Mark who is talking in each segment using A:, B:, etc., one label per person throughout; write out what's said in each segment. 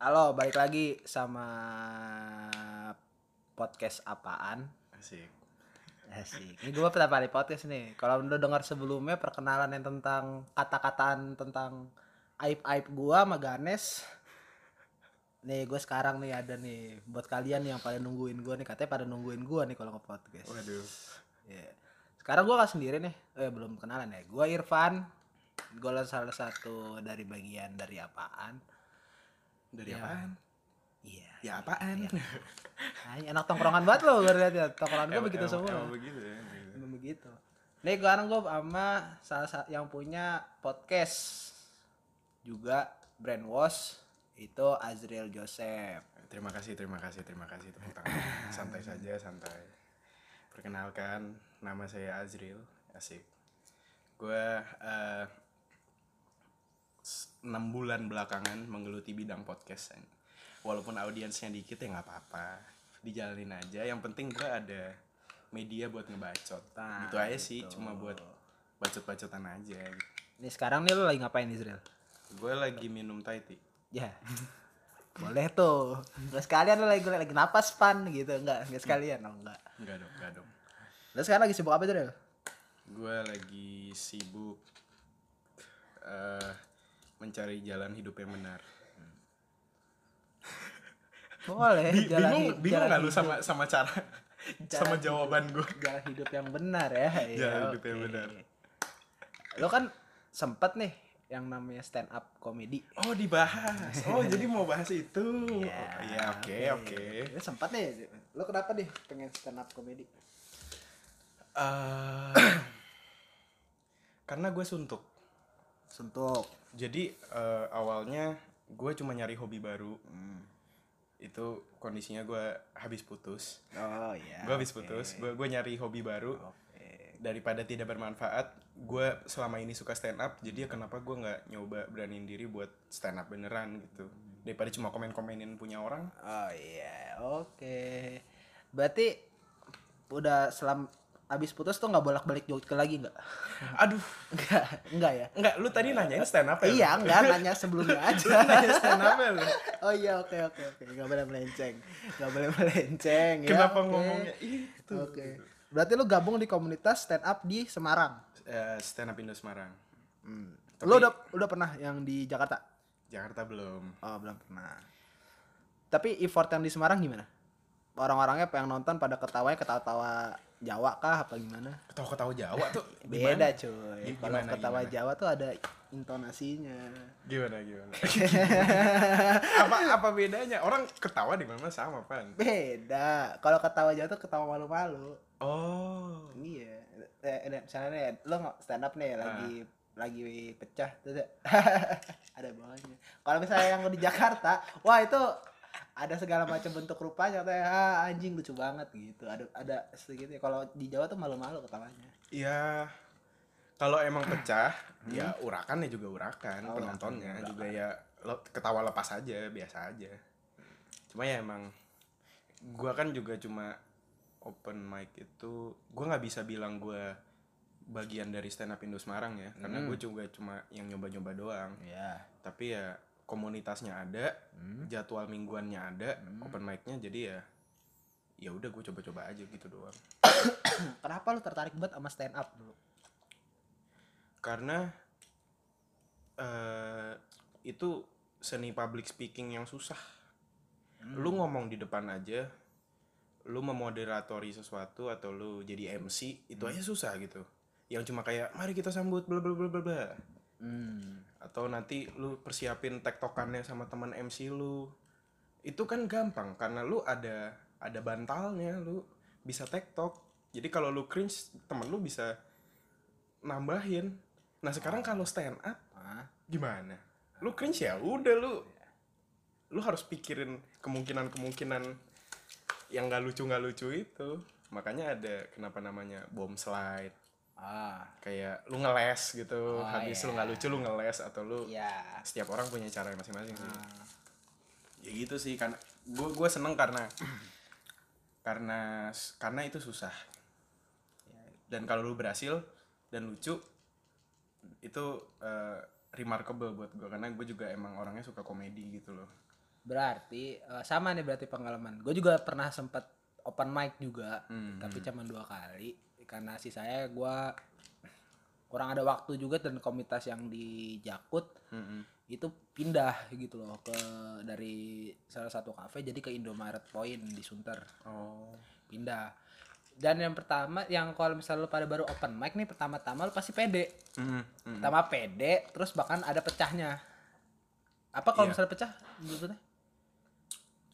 A: Halo, balik lagi sama podcast apaan?
B: Asik.
A: Asik. Ini gue pertama kali podcast nih. Kalau udah dengar sebelumnya perkenalan yang tentang kata-kataan tentang aib-aib gua sama Ganes. Nih gue sekarang nih ada nih buat kalian yang pada nungguin gua nih katanya pada nungguin gua nih kalau nge-podcast.
B: Waduh.
A: Iya. Sekarang gua gak sendiri nih. Eh belum kenalan ya. Gua Irfan. Gue salah satu dari bagian dari apaan.
B: Dari
A: Ya.
B: apaan?
A: Iya.
B: Ya apaan?
A: Iya. Ay, enak tongkrongan banget lo gue lihat ya tongkrongan gue
B: Emang-
A: begitu
B: emang-
A: semua
B: Emang begitu ya. begitu.
A: Emang begitu nih sekarang gue sama salah satu yang punya podcast juga Brainwash itu Azriel Joseph
B: Terima kasih, terima kasih, terima kasih tepuk tangan. Santai saja, santai. Perkenalkan, nama saya Azril. Asik. Gue eh 6 bulan belakangan menggeluti bidang podcast. Walaupun audiensnya dikit ya nggak apa-apa. Dijalanin aja. Yang penting gue ada media buat ngebacot.
A: Nah,
B: gitu aja sih,
A: gitu.
B: cuma buat bacot-bacotan aja. gitu.
A: nih sekarang nih lo lagi ngapain Azriel
B: Gue lagi minum Thai tea.
A: ya boleh tuh nggak sekalian lo lagi lagi napas pan gitu enggak nggak sekalian oh enggak
B: Enggak dong, enggak dong.
A: lo sekarang lagi sibuk apa Azriel
B: Gue lagi sibuk eh mencari jalan hidup yang benar.
A: boleh
B: Bi-
A: Eh, jalan
B: bingung,
A: hi-
B: bingung
A: jalan
B: nggak lu sama sama cara, sama
A: Jalan
B: jawaban gue.
A: jalan hidup yang benar ya. Iya,
B: Jalan hidup yang
A: oke.
B: benar.
A: Lo kan sempet nih yang namanya stand up comedy.
B: Oh dibahas. Oh jadi mau bahas itu. Oh, Iya oke oke.
A: Lo iya, sempet nih. Lo kenapa deh pengen stand up comedy?
B: Eh, karena gue suntuk.
A: Suntuk.
B: Jadi eh, awalnya gue cuma nyari hobi baru.
A: Hmm.
B: Itu kondisinya gue habis putus.
A: Oh iya.
B: Gue habis
A: oke.
B: putus. Gue gue nyari hobi baru.
A: Oke.
B: daripada tidak bermanfaat gue selama ini suka stand up jadi ya kenapa gue nggak nyoba beraniin diri buat stand up beneran gitu daripada cuma komen komenin punya orang
A: Oh iya. Oke. Berarti udah selam abis putus tuh nggak bolak-balik Jogja lagi nggak?
B: aduh
A: Nggak, nggak ya.
B: nggak lu tadi nanyain stand up ya lu?
A: Iya, enggak nanya sebelumnya
B: Lu
A: aja.
B: nanya stand up ya lu?
A: Oh iya oke oke oke nggak boleh melenceng nggak boleh melenceng ya,
B: kenapa
A: oke.
B: ngomongnya itu
A: oke berarti lu gabung di komunitas stand up di Semarang
B: Eh, stand up Indo Semarang
A: hmm.
B: Tapi-
A: lu udah udah pernah yang di Jakarta
B: Jakarta belum
A: oh belum pernah tapi effort yang di Semarang gimana orang-orangnya yang nonton pada ketawanya ketawa-tawa Jawa kah apa gimana
B: ketawa ketawa Jawa tuh
A: beda
B: gimana?
A: cuy
B: Gim-
A: kalau
B: gimana,
A: ketawa
B: gimana?
A: Jawa tuh ada intonasinya
B: gimana gimana apa apa bedanya orang ketawa di mana sama pan
A: beda kalau ketawa Jawa tuh ketawa malu-malu
B: oh
A: Iya. Eh, eh, misalnya nih, lo nggak stand up nih lagi lagi pecah tuh tuh. ada bawahnya. Kalau misalnya yang di Jakarta, wah itu ada segala macam bentuk rupanya katanya ah, anjing lucu banget gitu. Ada ada segitu. Kalau di Jawa tuh malu-malu ketawanya.
B: Ya kalau emang pecah ya urakan ya juga urakan
A: Hmm. Oh,
B: penontonnya
A: urakan,
B: juga ya lo- ketawa lepas aja biasa aja. Cuma ya emang gua kan juga cuma open mic itu gua nggak bisa bilang gua bagian dari stand up Indo Semarang ya karena
A: Mm.
B: gue juga cuma yang nyoba-nyoba doang
A: Iya.
B: tapi ya komunitasnya ada
A: Hmm.
B: jadwal mingguannya ada
A: Mm.
B: open mic-nya jadi ya ya udah gue coba-coba aja gitu doang
A: Nah, Kenapa lu tertarik banget sama stand up dulu?
B: karena eh itu seni public speaking yang susah. Lu ngomong di depan aja, lu memoderatori sesuatu atau lu jadi MC itu aja susah gitu. Yang cuma kayak mari kita sambut bla bla bla bla bla
A: Hmm.
B: atau nanti lu persiapin tektokannya sama teman MC lu. Itu kan gampang karena lu ada ada bantalnya, lu bisa tektok. Jadi kalau lu cringe, temen lu bisa nambahin. Nah, sekarang kalau stand up
A: Hah?
B: gimana? Lu cringe ya udah lu lu harus pikirin kemungkinan-kemungkinan yang nggak lucu nggak lucu itu. Makanya ada kenapa namanya bom slide
A: Ah.
B: kayak lu ngeles
A: Oh,
B: gitu habis lu
A: iya.
B: nggak lucu lu ngeles atau lu
A: Iya.
B: setiap orang punya cara masing-masing sih
A: Ah.
B: ya gitu sih karena gue gue seneng karena karena karena itu susah dan kalau lu berhasil dan lucu itu eh, remarkable buat gue karena gue juga emang orangnya suka komedi gitu loh
A: Berarti eh, sama nih berarti pengalaman. Gue juga pernah sempet open mic juga,
B: Hmm.
A: tapi cuma dua kali karena si saya gue kurang ada waktu juga dan komunitas yang di Jakut
B: Mm-mm.
A: itu pindah gitu loh ke dari salah satu kafe jadi ke Indomaret Point di Sunter
B: Oh.
A: pindah dan yang pertama yang kalau misalnya lu pada baru open mic nih pertama-tama lu pasti pede
B: Mm-mm. Mm-mm.
A: pertama pede terus bahkan ada pecahnya apa kalau
B: Iya.
A: misalnya pecah menurut lu teh?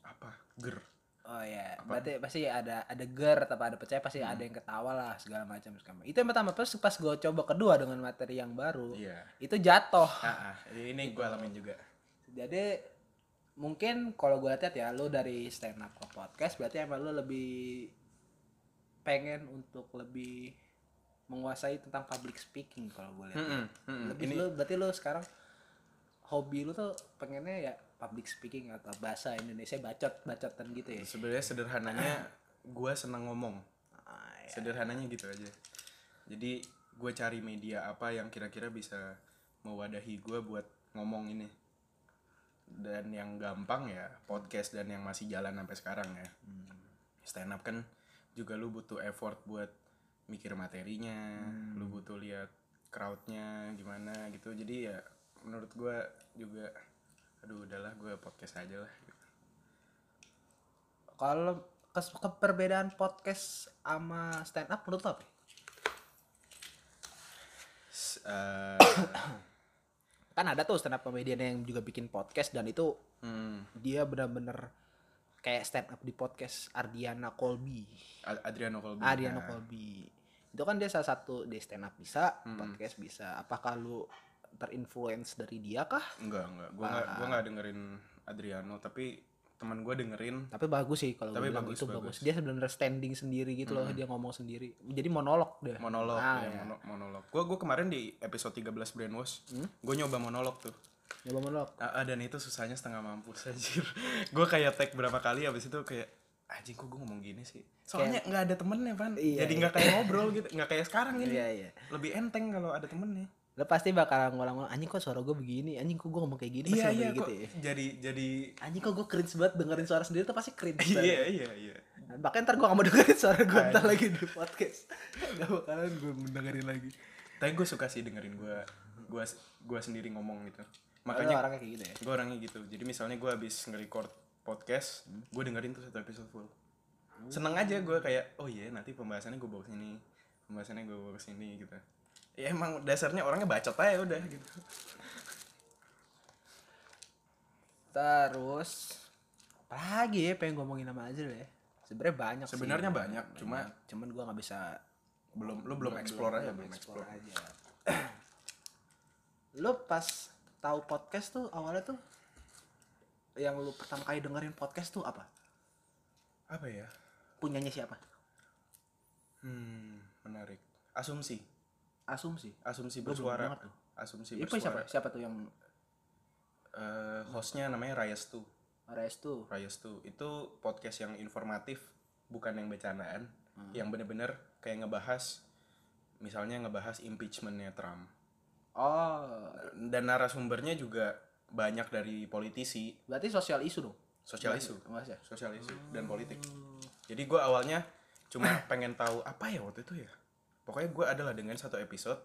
B: Apa? Ger.
A: Oh iya, berarti pasti ada ada ger atau ada percaya pasti ada yang ketawa lah segala macam segala macam. Itu yang pertama. Terus pas gue coba kedua dengan materi yang baru,
B: Iya.
A: itu jatuh.
B: Ah, ah. ini gue alamin juga.
A: Jadi mungkin kalau gue lihat ya lu dari stand up ke podcast berarti emang lu lebih pengen untuk lebih menguasai tentang public speaking kalau gue lihat.
B: Mm-mm. Mm-mm.
A: Lebih lu berarti lu sekarang hobi lu tuh pengennya ya public speaking atau bahasa Indonesia bacot-bacotan gitu ya.
B: sebenarnya sederhananya gue senang ngomong
A: Ah, iya.
B: sederhananya gitu aja jadi gue cari media apa yang kira-kira bisa mewadahi gue buat ngomong ini dan yang gampang ya podcast dan yang masih jalan sampai sekarang ya stand up kan juga lu butuh effort buat mikir materinya lu butuh lihat crowdnya gimana gitu jadi ya menurut gue juga aduh udahlah gue podcast aja lah
A: kalau kes- keperbedaan podcast sama stand up menurut lo apa?
B: S- eh,
A: Kan ada tuh stand up comedian yang juga bikin podcast dan itu
B: hmm.
A: dia benar-benar kayak stand up di podcast Ardiana Colby.
B: Ad- Adriano Colby.
A: Ardiana
B: Nah,
A: Colby. Itu kan dia salah satu dia stand up bisa,
B: Hmm.
A: podcast bisa. Apakah lu terinfluence dari dia kah?
B: Enggak, enggak. Gua enggak gua enggak dengerin Adriano, tapi teman gua dengerin.
A: Tapi bagus sih kalau
B: Tapi
A: gue bilang
B: bagus,
A: itu
B: bagus.
A: bagus. Dia sebenarnya standing sendiri gitu loh, dia ngomong sendiri. Jadi monolog dia.
B: Monolog,
A: Ah,
B: ya,
A: iya.
B: mono- monolog. Gua gua kemarin di episode 13 Brainwash,
A: Hmm?
B: gua nyoba monolog tuh.
A: Nyoba monolog.
B: Ah, ah, dan itu susahnya setengah mampus anjir. gua kayak tag berapa kali habis itu kayak anjing kok gua ngomong gini sih. Soalnya nggak ada temennya, Van.
A: Iya,
B: Jadi nggak kayak ngobrol gitu, nggak kayak sekarang ini.
A: Iya, iya.
B: Lebih enteng kalau ada temennya.
A: lo pasti bakal ngulang-ngulang anjing kok suara gue begini anjing kok gue ngomong kayak gini pasti
B: Iya,
A: ngomong
B: iya
A: kayak
B: kok.
A: gitu ya
B: Jadi jadi
A: anjing kok gue cringe banget dengerin suara sendiri tuh pasti cringe banget
B: Iya, iya, iya.
A: bahkan ntar gue gak mau dengerin suara gue ntar lagi di podcast gak bakalan gue dengerin lagi
B: Tapi gue suka sih dengerin gue gua gua sendiri ngomong gitu.
A: makanya
B: Makanya
A: orangnya kayak gitu ya
B: gue orangnya gitu jadi misalnya gue habis nge-record podcast
A: Hmm.
B: gue dengerin tuh satu episode full
A: Oh.
B: seneng aja gue kayak oh iya nanti pembahasannya gue bawa sini pembahasannya gue bawa sini gitu ya emang dasarnya orangnya bacot aja udah gitu
A: terus apalagi ya pengen ngomongin sama Azril ya sebenarnya banyak sih.
B: sebenarnya banyak cuma
A: cuman gue nggak bisa
B: belum lu belum explore aja belum
A: explore
B: explore
A: aja lo pas tahu podcast tuh awalnya tuh yang lu pertama kali dengerin podcast tuh apa
B: apa ya
A: punyanya siapa
B: hmm menarik asumsi
A: asumsi
B: asumsi
A: Gua belum
B: bersuara
A: dengar tuh.
B: asumsi
A: itu siapa
B: bersuara
A: siapa tuh yang
B: Eh, hostnya namanya Rayastu
A: Reyes tuh
B: Rayastu itu podcast yang informatif bukan yang bercandaan yang bener-bener kayak ngebahas misalnya ngebahas impeachmentnya Trump
A: oh
B: dan narasumbernya juga banyak dari politisi
A: berarti sosial isu dong
B: sosial isu
A: mas ya Hmm,
B: sosial isu dan politik jadi gue awalnya cuma pengen tahu apa ya waktu itu ya pokoknya gue adalah dengan satu episode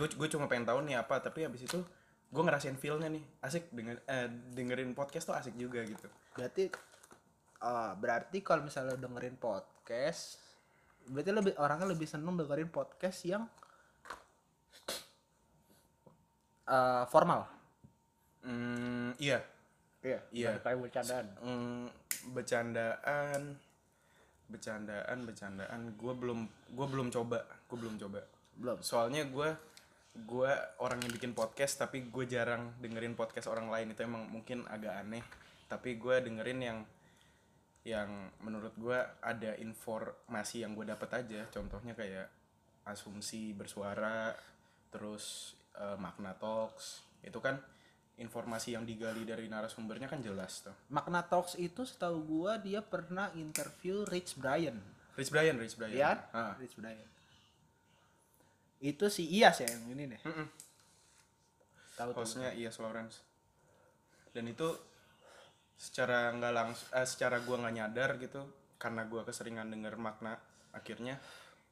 B: gue cuma pengen tahu nih apa tapi habis itu gue ngerasain feelnya nih asik denger, eh, dengerin podcast tuh asik juga gitu
A: berarti ah, berarti kalau misalnya lo dengerin podcast berarti lebih orangnya lebih seneng dengerin podcast yang eh, formal
B: Hmm, iya
A: iya
B: Iya.
A: kayak bercandaan
B: Mm, bercandaan bercandaan bercandaan gue belum gue belum coba gue belum coba
A: belum
B: soalnya gue gue orang yang bikin podcast tapi gue jarang dengerin podcast orang lain itu emang mungkin agak aneh tapi gue dengerin yang yang menurut gue ada informasi yang gue dapet aja contohnya kayak asumsi bersuara terus eh, makna talks itu kan informasi yang digali dari narasumbernya kan jelas tuh
A: Makna Talks itu setahu gua dia pernah interview Rich Brian
B: Rich Brian, Rich Brian.
A: Iya kan?
B: Ah.
A: Rich Brian. Itu si Iyas ya yang ini nih.
B: Mm-mm.
A: Tahu tuh.
B: Hostnya Ias Lawrence. Dan itu secara nggak langsung secara gua nggak nyadar gitu karena gua keseringan denger makna akhirnya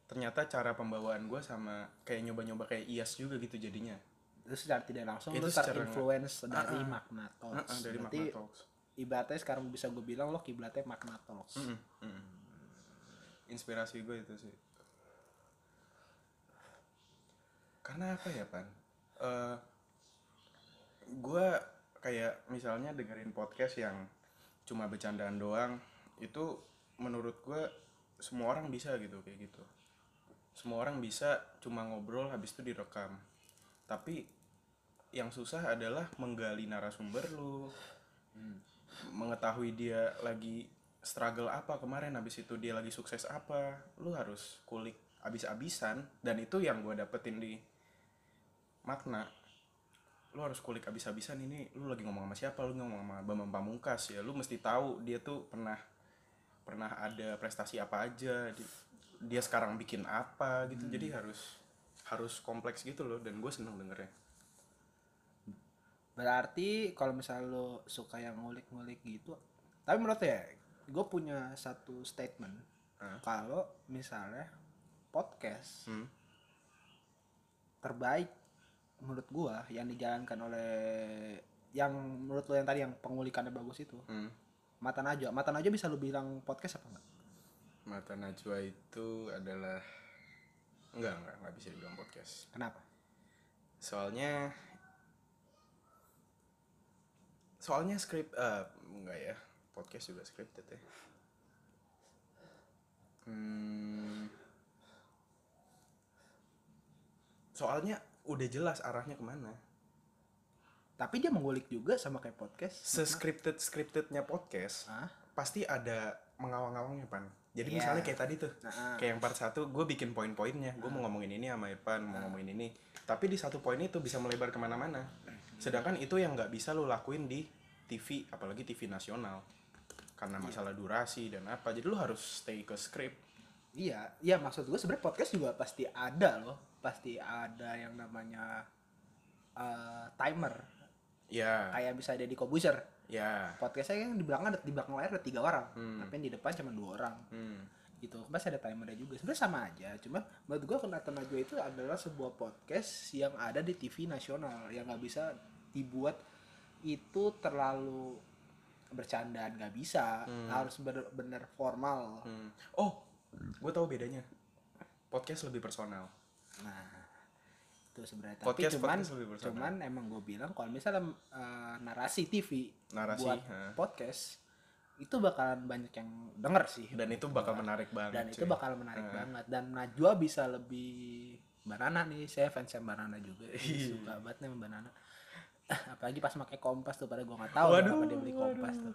B: ternyata cara pembawaan gua sama kayak nyoba-nyoba kayak IAS juga gitu jadinya
A: Terus secara tidak langsung
B: Itu
A: lu
B: secara
A: terinfluence
B: nggak-
A: dari
B: Ah, ah.
A: makna talks.
B: Heeh, dari
A: Berarti
B: makna talks
A: ibaratnya sekarang bisa gue bilang lo kiblatnya makna talks.
B: Mm-mm, mm-mm. inspirasi gue itu sih karena apa ya pan Eh gue kayak misalnya dengerin podcast yang cuma bercandaan doang itu menurut gue semua orang bisa gitu kayak gitu semua orang bisa cuma ngobrol habis itu direkam tapi yang susah adalah menggali narasumber lu mengetahui dia lagi struggle apa kemarin habis itu dia lagi sukses apa lu harus kulik abis-abisan dan itu yang gue dapetin di makna lu harus kulik abis-abisan ini lu lagi ngomong sama siapa lu ngomong sama Bambang Pamungkas ya lu mesti tahu dia tuh pernah pernah ada prestasi apa aja di- dia sekarang bikin apa gitu jadi harus harus kompleks gitu loh dan gue seneng dengernya
A: Berarti kalau misalnya lo suka yang ngulik-ngulik gitu, tapi menurut ya, gue punya satu statement
B: Hah?
A: kalau misalnya podcast
B: Hmm.
A: terbaik menurut gua yang dijalankan oleh yang menurut lo yang tadi yang pengulikannya bagus itu
B: Hmm.
A: mata najwa mata najwa bisa lo bilang podcast apa enggak
B: Mata Najwa itu adalah enggak enggak enggak bisa dibilang podcast.
A: kenapa
B: Soalnya soalnya script eh enggak ya podcast juga scripted ya. Hmm, soalnya udah jelas arahnya kemana.
A: tapi dia mengulik juga sama kayak podcast
B: Sescripted scriptednya podcast
A: Hah?
B: pasti ada mengawang-awangnya pan. Jadi
A: Iya.
B: misalnya kayak tadi tuh.
A: Nah,
B: kayak yang part satu gue bikin poin-poinnya gue mau ngomongin ini sama Irfan mau ngomongin ini tapi di satu poin itu bisa melebar kemana-mana sedangkan itu yang nggak bisa lo lakuin di TV apalagi TV nasional karena masalah durasi dan apa jadi lo harus stay ke script
A: iya iya maksud gua sebenarnya podcast juga pasti ada loh pasti ada yang namanya eh, timer
B: ya
A: kayak bisa Deddy Kobuzer
B: ya
A: podcastnya kan di belakang ada di belakang layar ada tiga orang
B: Hmm.
A: tapi yang di depan cuma dua orang
B: hmm.
A: gitu pasti ada timernya juga sebenarnya sama aja cuman menurut gua Kenata Najwa itu adalah sebuah podcast yang ada di TV nasional yang nggak bisa dibuat itu terlalu bercandaan nggak bisa
B: Hmm.
A: harus bener-bener formal
B: hmm. oh gue tahu bedanya podcast lebih personal
A: nah itu sebenarnya tapi
B: podcast
A: cuman
B: podcast lebih personal
A: cuman emang gue bilang kalau misalnya eh, narasi TV
B: narasi
A: buat
B: ha.
A: podcast itu bakalan banyak yang denger sih
B: dan itu bakal menarik banget
A: Iya. dan itu
B: cuy.
A: bakal menarik
B: Nah.
A: banget dan Najwa bisa lebih banana nih saya fans yang banana juga Ih,
B: Iya.
A: suka banget nih sama banana apalagi pas pakai kompas tuh pada gua nggak tahu
B: Waduh,
A: kenapa dia beli kompas tuh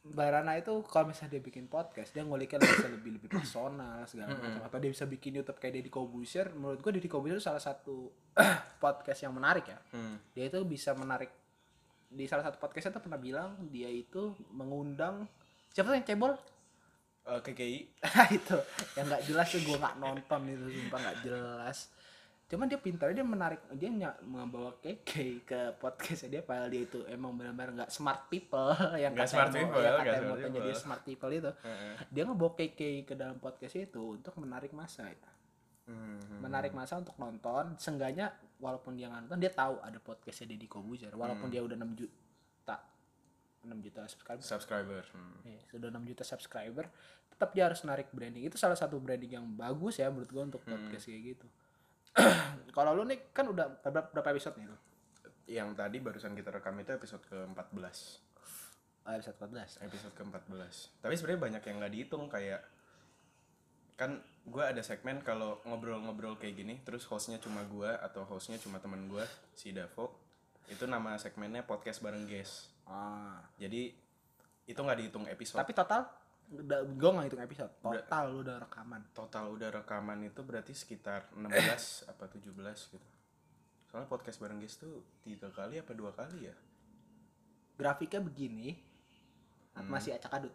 A: Barana itu kalau misalnya dia bikin podcast dia nguliknya bisa lebih lebih personal segala macam apa dia bisa bikin YouTube kayak Deddy Kobusier menurut gua Deddy Kobusier itu salah satu podcast yang menarik ya
B: Hmm.
A: dia itu bisa menarik di salah satu podcastnya tuh pernah bilang dia itu mengundang siapa tuh yang cebol
B: Eh, KKI
A: Nah, itu yang nggak jelas tuh gue nggak nonton itu sumpah nggak jelas cuman dia pintar dia menarik dia ny- membawa keke ke podcastnya dia padahal dia itu emang benar-benar nggak smart people yang
B: Nggak
A: katanya
B: smart
A: mau-
B: people,
A: yang
B: nggak
A: katanya
B: smart
A: mau tanya dia
B: people.
A: smart people itu
B: Heeh.
A: dia ngebawa keke ke dalam podcast itu untuk menarik masa ya.
B: Hmm.
A: menarik masa untuk nonton seenggaknya walaupun dia nggak nonton dia tahu ada podcastnya Deddy Kobuzer walaupun
B: Hmm.
A: dia udah 6 juta 6 juta subscriber
B: subscriber Hmm.
A: Iya, sudah 6 juta subscriber, tetap dia harus narik branding. Itu salah satu branding yang bagus ya menurut gua
B: Hmm.
A: untuk podcast kayak gitu. Kalau lu nih kan udah berapa, berapa episode nih lu?
B: yang tadi barusan kita rekam itu episode ke-14
A: Eh, episode 14.
B: Ah, episode ke-14 tapi sebenarnya banyak yang nggak dihitung kayak kan gue ada segmen kalau ngobrol-ngobrol kayak gini terus hostnya cuma gue atau hostnya cuma teman gue si Davo itu nama segmennya podcast bareng guys
A: Ah.
B: jadi itu nggak dihitung episode
A: Tapi total udah gua nggak hitung episode. Total lu udah rekaman.
B: total udah rekaman itu berarti sekitar 16 apa 17 gitu soalnya podcast bareng guys tuh tiga kali apa dua kali ya
A: Grafiknya begini.
B: Hmm.
A: Masih acak adut.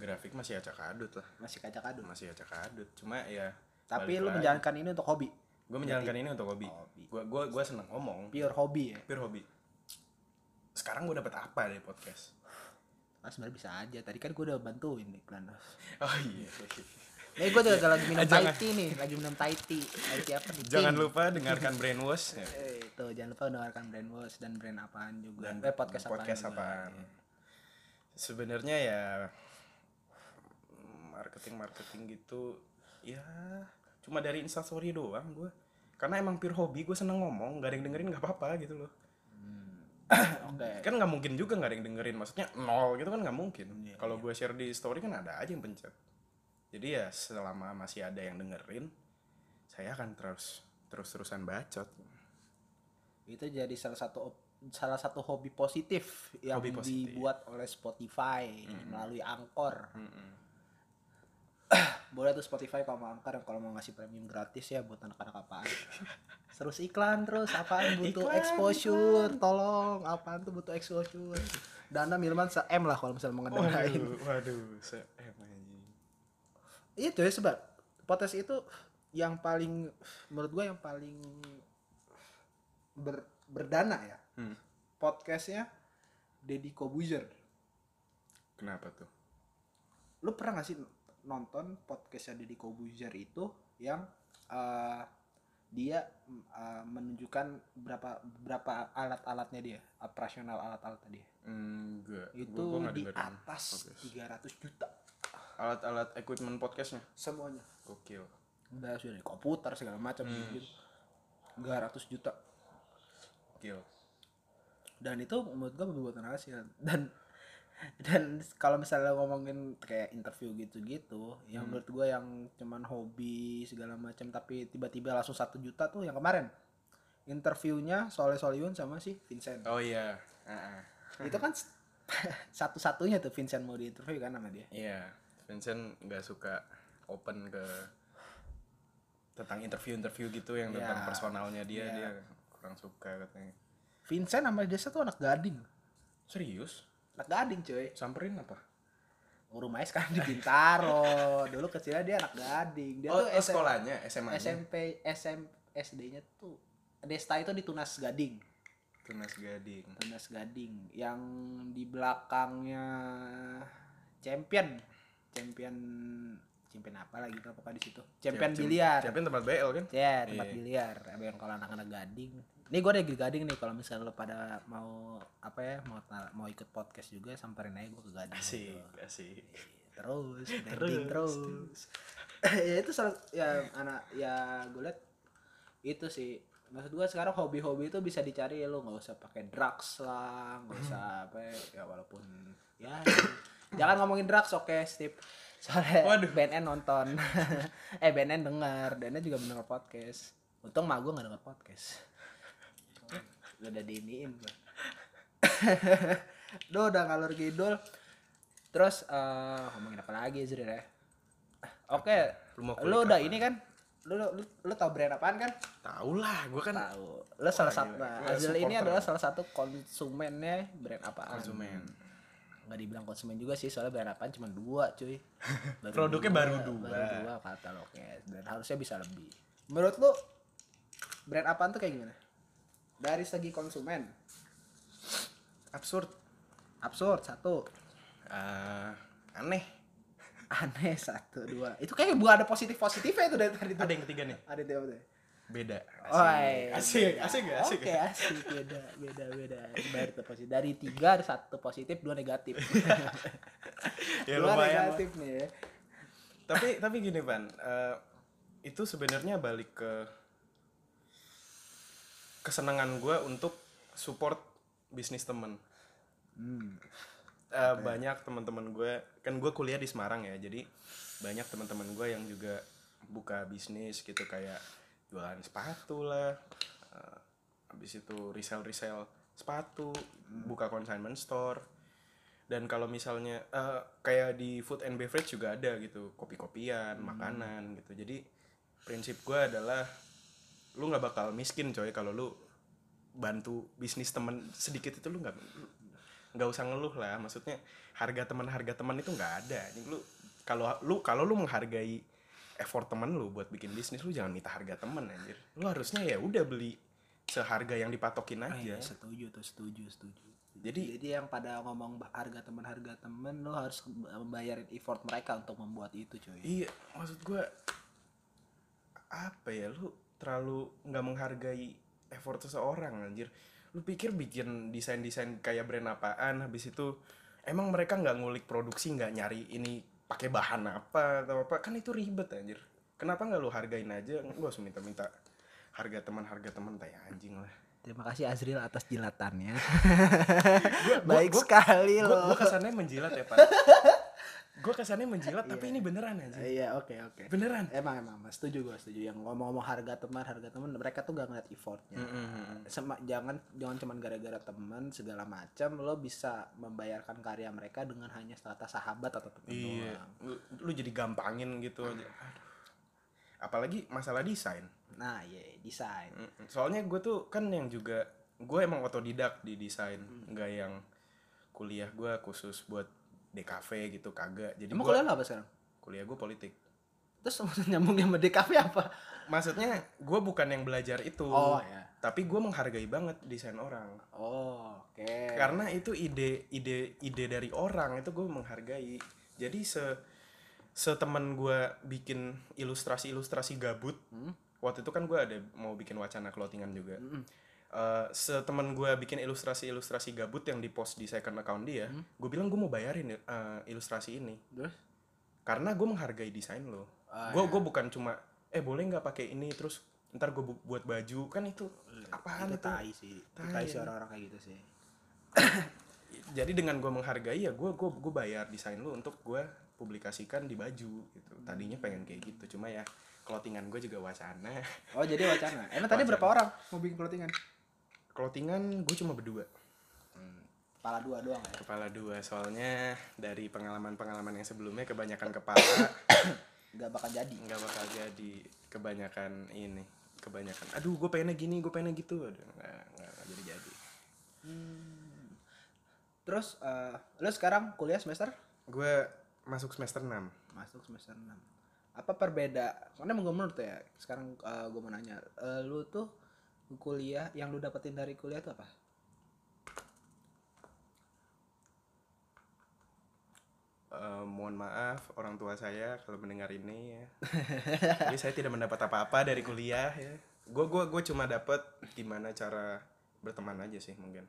B: grafik masih acak-adut lah
A: Masih acak adut.
B: masih acak-adut cuma ya
A: Tapi
B: balik
A: lu
B: lagi.
A: menjalankan ini untuk hobi.
B: gue menjalankan ini untuk hobi
A: Hobi.
B: gue gue gue seneng ngomong
A: Pure hobi ya.
B: pure hobi sekarang gue dapet apa dari podcast
A: Ah, sebenarnya bisa aja. Tadi kan gue udah bantuin nih Planos.
B: oh iya
A: Nih gue juga lagi minum
B: Eh,
A: Thai
B: jangan.
A: tea nih, lagi minum Thai tea. Thai tea apa nih?
B: jangan
A: Ting.
B: lupa dengarkan brainwash ya.
A: Eh, tuh jangan lupa mendengarkan brand wash dan brand apaan juga.
B: dan
A: eh, podcast, apaan. juga.
B: apaan. sebenarnya ya marketing marketing gitu ya cuma dari instastory doang gue karena emang pure hobi gue seneng ngomong gak ada yang dengerin gak apa-apa gitu loh
A: Oke.
B: kan nggak mungkin juga nggak ada yang dengerin maksudnya nol gitu kan nggak mungkin
A: Iya,
B: kalau gue share di story kan ada aja yang pencet jadi ya selama masih ada yang dengerin saya akan terus terus terusan bacot
A: Itu jadi salah satu op- salah satu hobi positif yang
B: Hobi positif.
A: dibuat oleh Spotify melalui Angkor.
B: Mm-mm.
A: Boleh tuh Spotify kalau mau Angkor kalau mau ngasih premium gratis ya buat anak-anak apaan. terus iklan terus apaan butuh
B: Iklan,
A: exposure, tolong apaan tuh butuh exposure. Dana Milman se M lah kalau misalnya mau ngedengerin.
B: waduh waduh se- eh, anjing.
A: itu ya sebab potes itu yang paling menurut gue yang paling ber- berdana ya
B: Hmm,
A: podcastnya Deddy Kobuzer
B: kenapa tuh
A: lu pernah gak sih nonton podcastnya Deddy Kobuzer itu yang eh, dia mm, eh, menunjukkan berapa berapa alat-alatnya dia operasional alat-alatnya dia
B: enggak
A: itu
B: Gua- gua nggak
A: di
B: dengerin
A: atas
B: podcast.
A: 300 juta
B: alat-alat equipment podcastnya
A: semuanya
B: gokil
A: udah sudah dari komputer segala macam
B: Hmm.
A: gitu 300 juta
B: gokil
A: dan itu menurut gue pembuatan hasil dan dan kalau misalnya ngomongin kayak interview gitu-gitu yang
B: Hmm.
A: menurut gue yang cuman hobi segala macam tapi tiba-tiba langsung satu juta tuh yang kemarin interviewnya Soleh Solihun sama si Vincent
B: oh iya Ah, ah.
A: itu kan s- satu-satunya tuh Vincent mau diinterview kan sama dia
B: Iya, Vincent nggak suka open ke tentang interview-interview gitu yang tentang
A: Iya,
B: personalnya dia
A: iya.
B: dia kurang suka katanya.
A: Vincent sama Desa tuh anak gading
B: Serius?
A: anak gading coy
B: Samperin apa?
A: rumahnya sekarang di Bintaro dulu kecilnya dia anak gading dia tuh
B: oh, oh,
A: SM
B: sekolahnya, SMA.
A: SMP SM SD-nya tuh Desta itu di Tunas Gading
B: Tunas Gading.
A: Tunas Gading yang di belakangnya champion champion champion apa lagi tuh pokoknya di situ champion
B: Cem-
A: biliar
B: Champion tempat BL kan?
A: ya tempat
B: Iya.
A: biliar Emang yang kalau anak-anak gading ini gue lagi di gading nih kalau misalnya lo pada mau apa ya mau ta- mau ikut podcast juga samperin aja gue ke gading
B: Asik,
A: gitu.
B: asik.
A: terus gading terus, ya itu salah ya anak ya gue liat itu sih maksud gue sekarang hobi-hobi itu bisa dicari lo nggak usah pakai drugs lah nggak usah apa ya, ya walaupun ya jangan ngomongin drugs oke Steve soalnya
B: Waduh.
A: BNN nonton eh BNN dengar BNN juga mendengar podcast untung mah gue nggak dengar podcast udah udah diiniin gue Duh, udah ngalur gidul terus eh ngomongin apa lagi Zrir ya oke
B: Lu mau
A: lu
B: kulik
A: udah
B: apa?
A: ini kan lu lu, lu, lu tau brand apaan kan
B: Tahu lah, gua kan
A: tahu lu salah
B: gila.
A: satu nah,
B: Gua
A: Azril ini
B: supporter.
A: adalah salah satu konsumennya brand apaan
B: konsumen.
A: nggak dibilang konsumen juga sih soalnya brand apaan cuma dua cuy Baru
B: Produknya baru dua.
A: baru dua katalognya dan harusnya bisa lebih menurut lu brand apaan tuh kayak gimana dari segi konsumen
B: Absurd.
A: absurd satu
B: Ah, aneh.
A: aneh satu dua itu kayaknya bu ada positif positifnya itu dari tadi tuh
B: Ada yang ketiga nih,
A: ada tiap tuh
B: beda.
A: Oi.
B: Asik, asik gak? Asik.
A: Oke, asik beda, beda, beda. Dari, tuh positif. dari tiga ada satu positif, dua negatif.
B: Ya
A: dua
B: lumayan. lah.
A: negatif nih. ya.
B: tapi tapi gini pan eh, itu sebenarnya balik ke kesenangan gue untuk support bisnis temen
A: Hmm.
B: Eh, banyak teman-teman gue kan gue kuliah di Semarang ya jadi banyak teman-teman gue yang juga buka bisnis gitu kayak jualan sepatu lah eh, habis itu resell resell sepatu buka consignment store dan kalau misalnya eh, kayak di food and beverage juga ada gitu kopi-kopian makanan gitu jadi prinsip gue adalah lu nggak bakal miskin coy kalau lu bantu bisnis temen sedikit itu lu nggak nggak usah ngeluh lah maksudnya harga teman harga teman itu nggak ada Jadi lu kalau lu kalau lu menghargai effort temen lu buat bikin bisnis lu jangan minta harga temen anjir lu harusnya ya udah beli seharga yang dipatokin
A: Ah, iya,
B: aja
A: setuju tuh, setuju, setuju.
B: jadi
A: Jadi yang pada ngomong ba- harga temen harga temen lo harus membayarin effort mereka untuk membuat itu cuy.
B: iya maksud gue apa ya lu terlalu nggak menghargai effort seseorang anjir lu pikir bikin desain desain kayak brand apaan habis itu emang mereka nggak ngulik produksi nggak nyari ini pakai bahan apa atau apa kan itu ribet anjir kenapa nggak lu hargain aja gue harus minta minta harga teman harga teman kayak anjing lah
A: Terima kasih Azril atas jilatannya.
B: Gua- gua-
A: Baik
B: gua-
A: sekali
B: gue
A: lo.
B: kesannya menjilat ya pak gue kesannya menjilat tapi ini beneran aja
A: Iya oke oke.
B: beneran
A: Emang emang Mas, setuju gue setuju yang ngomong-ngomong harga teman harga teman mereka tuh gak ngeliat effortnya.
B: Hmm.
A: Sema- jangan jangan cuman gara-gara teman segala macam lo bisa membayarkan karya mereka dengan hanya status sahabat atau teman
B: iya
A: doang.
B: lu, lu jadi gampangin gitu aja Aduh. apalagi masalah desain
A: Nah, iya desain.
B: Mm-mm. soalnya gue tuh kan yang juga gue emang otodidak di desain nggak yang kuliah gue khusus buat DKV gitu kagak jadi
A: Emang
B: gua-
A: kuliah lo apa sekarang?
B: kuliah gue politik
A: Terus nyambung sama DKV apa?
B: maksudnya gue bukan yang belajar itu
A: Oh ya.
B: tapi gue menghargai banget desain orang
A: Oh, oke.
B: karena itu ide ide ide dari orang itu gue menghargai jadi se seteman gue bikin ilustrasi ilustrasi gabut
A: Hmm?
B: waktu itu kan gue ada mau bikin wacana clothingan juga
A: Mm-mm.
B: Eh seteman gue bikin ilustrasi ilustrasi gabut yang di post di second account dia
A: Hmm.
B: gue bilang gue mau bayarin eh, ilustrasi ini
A: Terus?
B: karena gue menghargai desain lo
A: Ah,
B: gue
A: ya.
B: gue bukan cuma eh boleh nggak pakai ini terus ntar gue buat baju kan itu apaan
A: Iya, itu
B: itu
A: tai sih. Itu
B: Tai,
A: tai sih
B: ya.
A: orang-orang kayak gitu sih.
B: jadi dengan gue menghargai ya gue gue gue bayar desain lu untuk gue publikasikan di baju gitu tadinya pengen kayak gitu cuma ya clothingan gue juga wacana
A: Oh, jadi wacana. Emang tadi
B: Wacana.
A: berapa orang mau bikin clothingan?
B: clothingan gue cuma berdua
A: Kepala dua doang ya.
B: kepala dua soalnya dari pengalaman pengalaman yang sebelumnya kebanyakan kepala
A: Gak bakal jadi.
B: nggak bakal jadi kebanyakan ini kebanyakan aduh gue pengennya gini gue pengennya gitu aduh nggak nggak nggak jadi jadi
A: Hmm. Terus eh, lo sekarang kuliah semester
B: gue masuk semester 6
A: masuk semester 6 apa perbeda karena emang gue menurut ya sekarang gue mau nanya eh, lu tuh kuliah yang lu dapetin dari kuliah tuh apa
B: Eh, mohon maaf orang tua saya kalau mendengar ini ya. Jadi saya tidak mendapat apa-apa dari kuliah ya. Gue gua gua cuma dapat gimana cara berteman aja sih mungkin.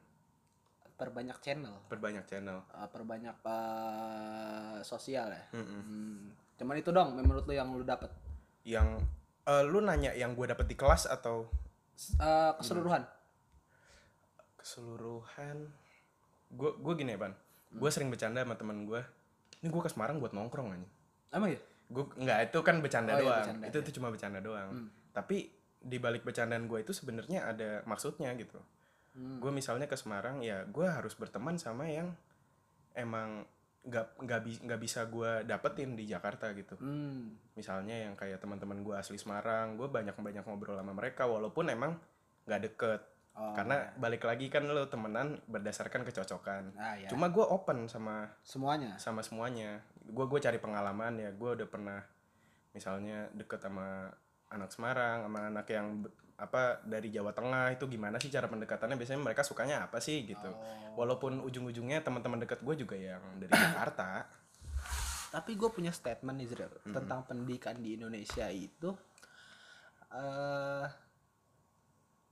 A: perbanyak channel
B: Perbanyak channel.
A: eh, perbanyak eh, sosial ya
B: Mm-mm.
A: Hmm. cuman itu dong menurut lu yang lu dapet
B: Yang eh, lu nanya yang gue dapat di kelas atau
A: Eh, keseluruhan
B: keseluruhan? Gue gua gini ya, Ban.
A: Hmm.
B: Gue sering bercanda sama teman gue. Ini gue ke Semarang buat nongkrong aja.
A: emang ya
B: gue nggak itu kan bercanda
A: Oh iya,
B: doang
A: bercanda,
B: itu itu cuma bercanda doang
A: Hmm.
B: tapi di balik bercandaan gue itu sebenarnya ada maksudnya gitu
A: Hmm.
B: gue misalnya ke Semarang ya gue harus berteman sama yang emang nggak nggak bi- nggak bisa gue dapetin di Jakarta gitu
A: hmm.
B: misalnya yang kayak teman-teman gue asli Semarang gue banyak banyak ngobrol sama mereka walaupun emang nggak deket
A: Oh,
B: karena balik lagi kan lo temenan berdasarkan kecocokan
A: ah, ya.
B: cuma gue open sama
A: semuanya
B: sama semuanya gue gue cari pengalaman ya gue udah pernah misalnya deket sama anak Semarang sama anak yang be- apa dari Jawa Tengah itu gimana sih cara pendekatannya biasanya mereka sukanya apa sih gitu
A: Oh.
B: walaupun ujung-ujungnya teman-teman dekat gue juga yang dari Jakarta
A: tapi gue punya statement Israel tentang pendidikan di Indonesia itu eh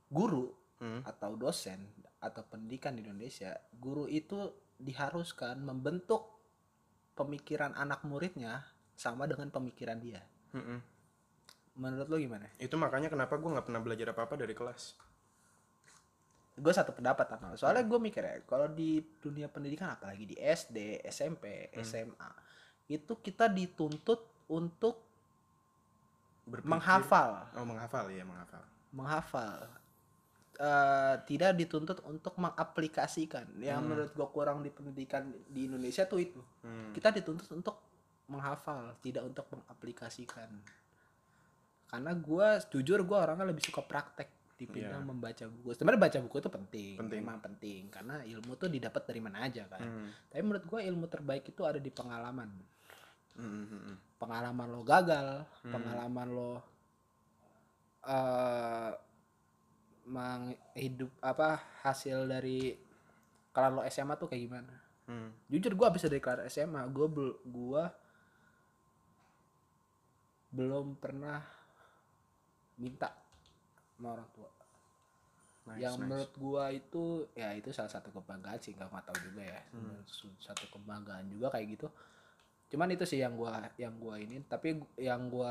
A: guru
B: Hmm.
A: atau dosen atau pendidikan di Indonesia guru itu diharuskan membentuk pemikiran anak muridnya sama dengan pemikiran dia
B: Mm-mm.
A: menurut lo gimana?
B: itu makanya kenapa gue nggak pernah belajar apa apa dari kelas
A: Gue satu pendapat sama lo. soalnya gue mikir ya kalau di dunia pendidikan apalagi di SD, SMP, SMA itu kita dituntut untuk
B: Berpikir-
A: menghafal
B: oh menghafal ya menghafal
A: menghafal eh, tidak dituntut untuk mengaplikasikan yang
B: Hmm.
A: menurut gue kurang di pendidikan di Indonesia tuh itu
B: Hmm.
A: kita dituntut untuk menghafal tidak untuk mengaplikasikan karena gue jujur gue orangnya lebih suka praktek dipindah
B: Iya.
A: membaca buku sebenarnya baca buku itu penting,
B: Penting.
A: memang penting karena ilmu tuh didapat dari mana aja kan
B: Hmm.
A: tapi menurut gue ilmu terbaik itu ada di pengalaman
B: Hmm, hmm, hmm, hmm.
A: pengalaman lo gagal,
B: Hmm.
A: pengalaman lo eh menghidup apa hasil dari kalau lo SMA tuh kayak gimana
B: Hmm.
A: jujur gue abis dari kelar SMA gue bel gua belum pernah minta sama orang tua
B: Nice,
A: yang
B: nice.
A: menurut gua itu ya itu salah satu kebanggaan sih nggak nggak tahu juga ya Su- satu kebanggaan juga kayak gitu cuman itu sih yang gua yang gua ini tapi gu- yang gua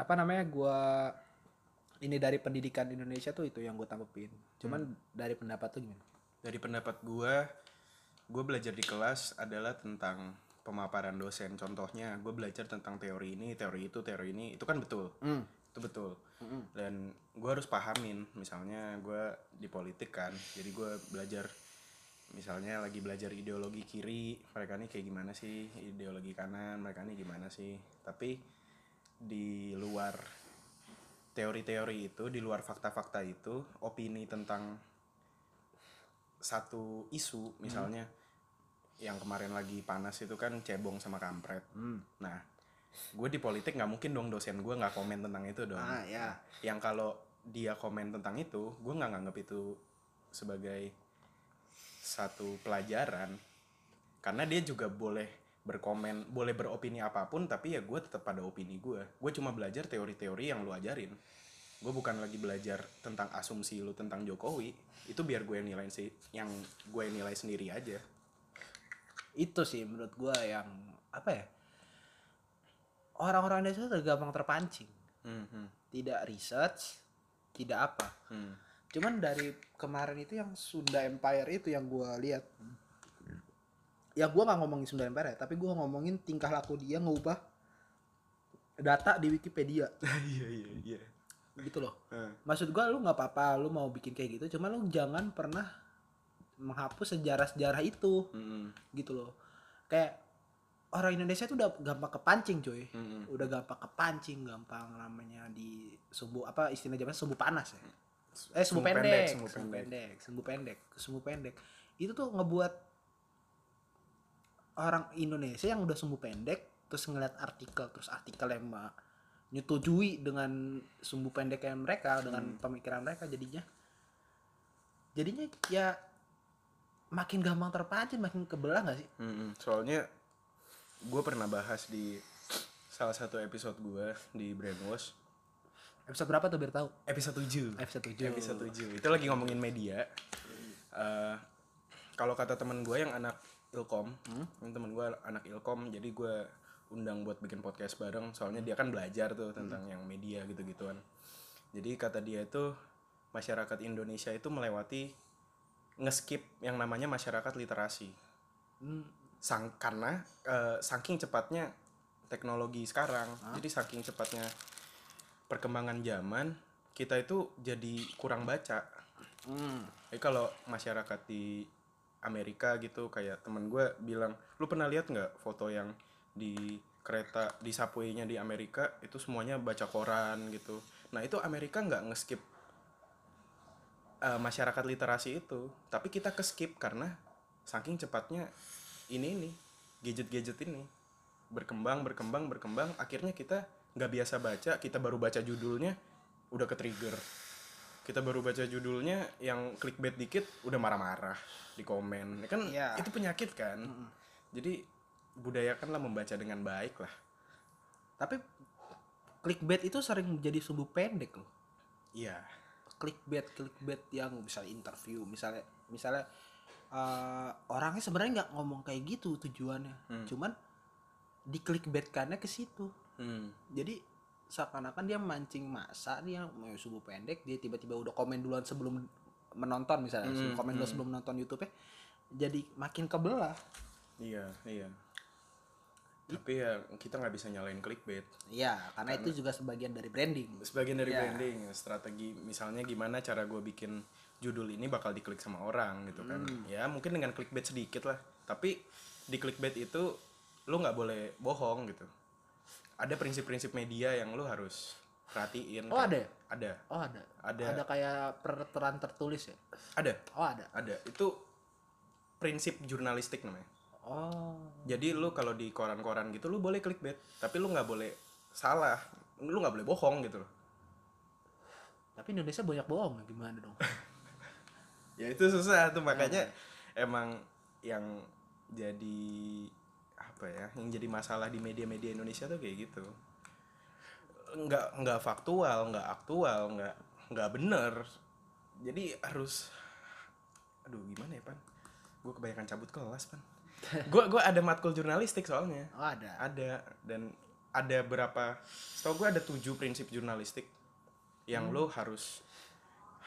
A: apa namanya gua ini dari pendidikan Indonesia tuh itu yang gue tanggepin cuman dari pendapat tuh gimana
B: dari pendapat gua gue belajar di kelas adalah tentang pemaparan dosen contohnya gue belajar tentang teori ini teori itu teori ini itu kan betul
A: Hmm.
B: itu betul
A: Mm-mm.
B: dan gue harus pahamin misalnya gue di politik kan jadi gue belajar misalnya lagi belajar ideologi kiri mereka nih kayak gimana sih ideologi kanan mereka nih gimana sih tapi di luar teori-teori itu di luar fakta-fakta itu opini tentang satu isu misalnya yang kemarin lagi panas itu kan cebong sama kampret
A: hmm.
B: nah gue di politik nggak mungkin dong dosen gue nggak komen tentang itu dong
A: ah ya
B: yang kalau dia komen tentang itu gue nggak nganggap itu sebagai satu pelajaran karena dia juga boleh berkomen boleh beropini apapun tapi ya gue tetap pada opini gue gue cuma belajar teori-teori yang lu ajarin gue bukan lagi belajar tentang asumsi lu tentang Jokowi itu biar gue yang nilai sih yang gue nilai sendiri aja
A: itu sih menurut gua yang apa ya orang-orang Indonesia tuh gampang terpancing
B: hmm, hmm,
A: tidak research tidak apa
B: hmm.
A: cuman dari kemarin itu yang Sunda Empire itu yang gua lihat ya gua nggak ngomongin Sunda Empire ya, tapi gua ngomongin tingkah laku dia ngubah data di Wikipedia
B: iya iya iya
A: gitu loh
B: Eh,
A: maksud gua lu nggak apa-apa lu mau bikin kayak gitu cuman lu jangan pernah menghapus sejarah-sejarah itu
B: hmm,
A: gitu loh kayak orang Indonesia tuh udah gampang kepancing coy
B: hmm, hmm.
A: udah gampang kepancing gampang namanya di sumbu apa istilah zaman sumbu panas ya eh sumbu, pendek,
B: sumbu pendek.
A: sumbu pendek sumbu pendek itu tuh ngebuat orang Indonesia yang udah sumbu pendek terus ngeliat artikel terus artikel yang ma- nyetujui dengan sumbu pendeknya mereka dengan pemikiran mereka jadinya jadinya ya makin gampang terpancing makin kebelah gak sih
B: Mm-mm. Soalnya gue pernah bahas di salah satu episode gue di Brainwash
A: episode berapa tuh biar tahu
B: episode 7.
A: episode 7
B: Episode 7. Itu lagi ngomongin media. Eh, kalau kata teman gue yang anak Ilkom, yang teman gue anak Ilkom, jadi gue undang buat bikin podcast bareng. Soalnya dia kan belajar tuh tentang yang media gitu-gituan. Jadi kata dia itu masyarakat Indonesia itu melewati ngeskip yang namanya masyarakat literasi.
A: Hmm,
B: sang karena eh, saking cepatnya teknologi sekarang jadi saking cepatnya perkembangan zaman kita itu jadi kurang baca
A: hmm.
B: jadi kalau masyarakat di Amerika gitu kayak temen gue bilang lu pernah lihat nggak foto yang di kereta di subway-nya di Amerika itu semuanya baca koran gitu nah itu Amerika nggak ngeskip eh, masyarakat literasi itu tapi kita keskip karena saking cepatnya ini ini gadget-gadget ini berkembang berkembang berkembang akhirnya kita nggak biasa baca kita baru baca judulnya udah ke trigger kita baru baca judulnya yang clickbait dikit udah marah-marah di komen Ya kan
A: Iya.
B: itu penyakit kan jadi budayakanlah membaca dengan baik lah
A: tapi clickbait itu sering menjadi sumbu pendek loh
B: iya
A: clickbait clickbait yang misalnya interview misalnya misalnya eh, orangnya sebenarnya nggak ngomong kayak gitu tujuannya
B: Hmm.
A: cuman di clickbaitkannya ke situ
B: Hmm.
A: jadi seakan-akan dia mancing masa dia mau subuh pendek dia tiba-tiba udah komen duluan sebelum menonton misalnya
B: Hmm,
A: komen duluan
B: hmm.
A: sebelum menonton YouTube ya jadi makin kebelah
B: iya iya tapi ya kita nggak bisa nyalain clickbait
A: Iya, karena, itu juga sebagian dari branding
B: sebagian dari
A: Iya.
B: branding strategi misalnya gimana cara gue bikin judul ini bakal diklik sama orang gitu kan
A: Hmm.
B: ya mungkin dengan clickbait sedikit lah tapi di clickbait itu lu nggak boleh bohong gitu ada prinsip-prinsip media yang lu harus perhatiin
A: Oh,
B: kan.
A: ada ya?
B: ada
A: oh ada
B: Ada.
A: ada kayak peraturan tertulis ya
B: ada
A: oh ada
B: ada itu prinsip jurnalistik namanya
A: oh
B: jadi lu kalau di koran-koran gitu lu boleh clickbait tapi lu nggak boleh salah lu nggak boleh bohong gitu loh
A: Tapi Indonesia banyak bohong, gimana dong?
B: ya itu susah tuh makanya emang yang jadi apa ya yang jadi masalah di media-media Indonesia tuh kayak gitu nggak nggak faktual nggak aktual nggak nggak bener jadi harus aduh gimana ya pan gue kebanyakan cabut kelas pan gue gua ada matkul jurnalistik soalnya
A: Oh ada.
B: ada dan ada berapa setahu gue ada tujuh prinsip jurnalistik yang lo harus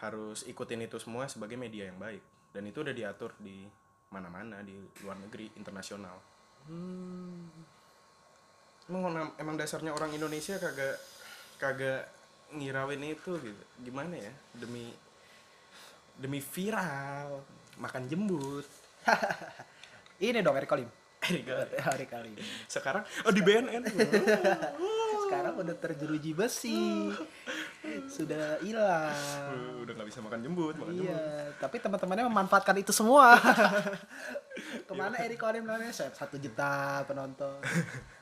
B: harus ikutin itu semua sebagai media yang baik dan itu udah diatur di mana-mana di luar negeri internasional
A: Hmm.
B: emang orang- emang dasarnya orang Indonesia kagak kagak ngirawin itu gitu gimana ya demi demi viral makan jembut
A: Ini dong Eric Kolim.
B: Erika,
A: Eric Kolim.
B: sekarang oh di BNN
A: Sekarang udah terjeruji besi. Sudah hilang.
B: udah nggak bisa makan jembut makan jembut
A: Iya, tapi teman-temannya memanfaatkan itu semua. Kemana Eric Kolim namanya? Saya satu juta penonton.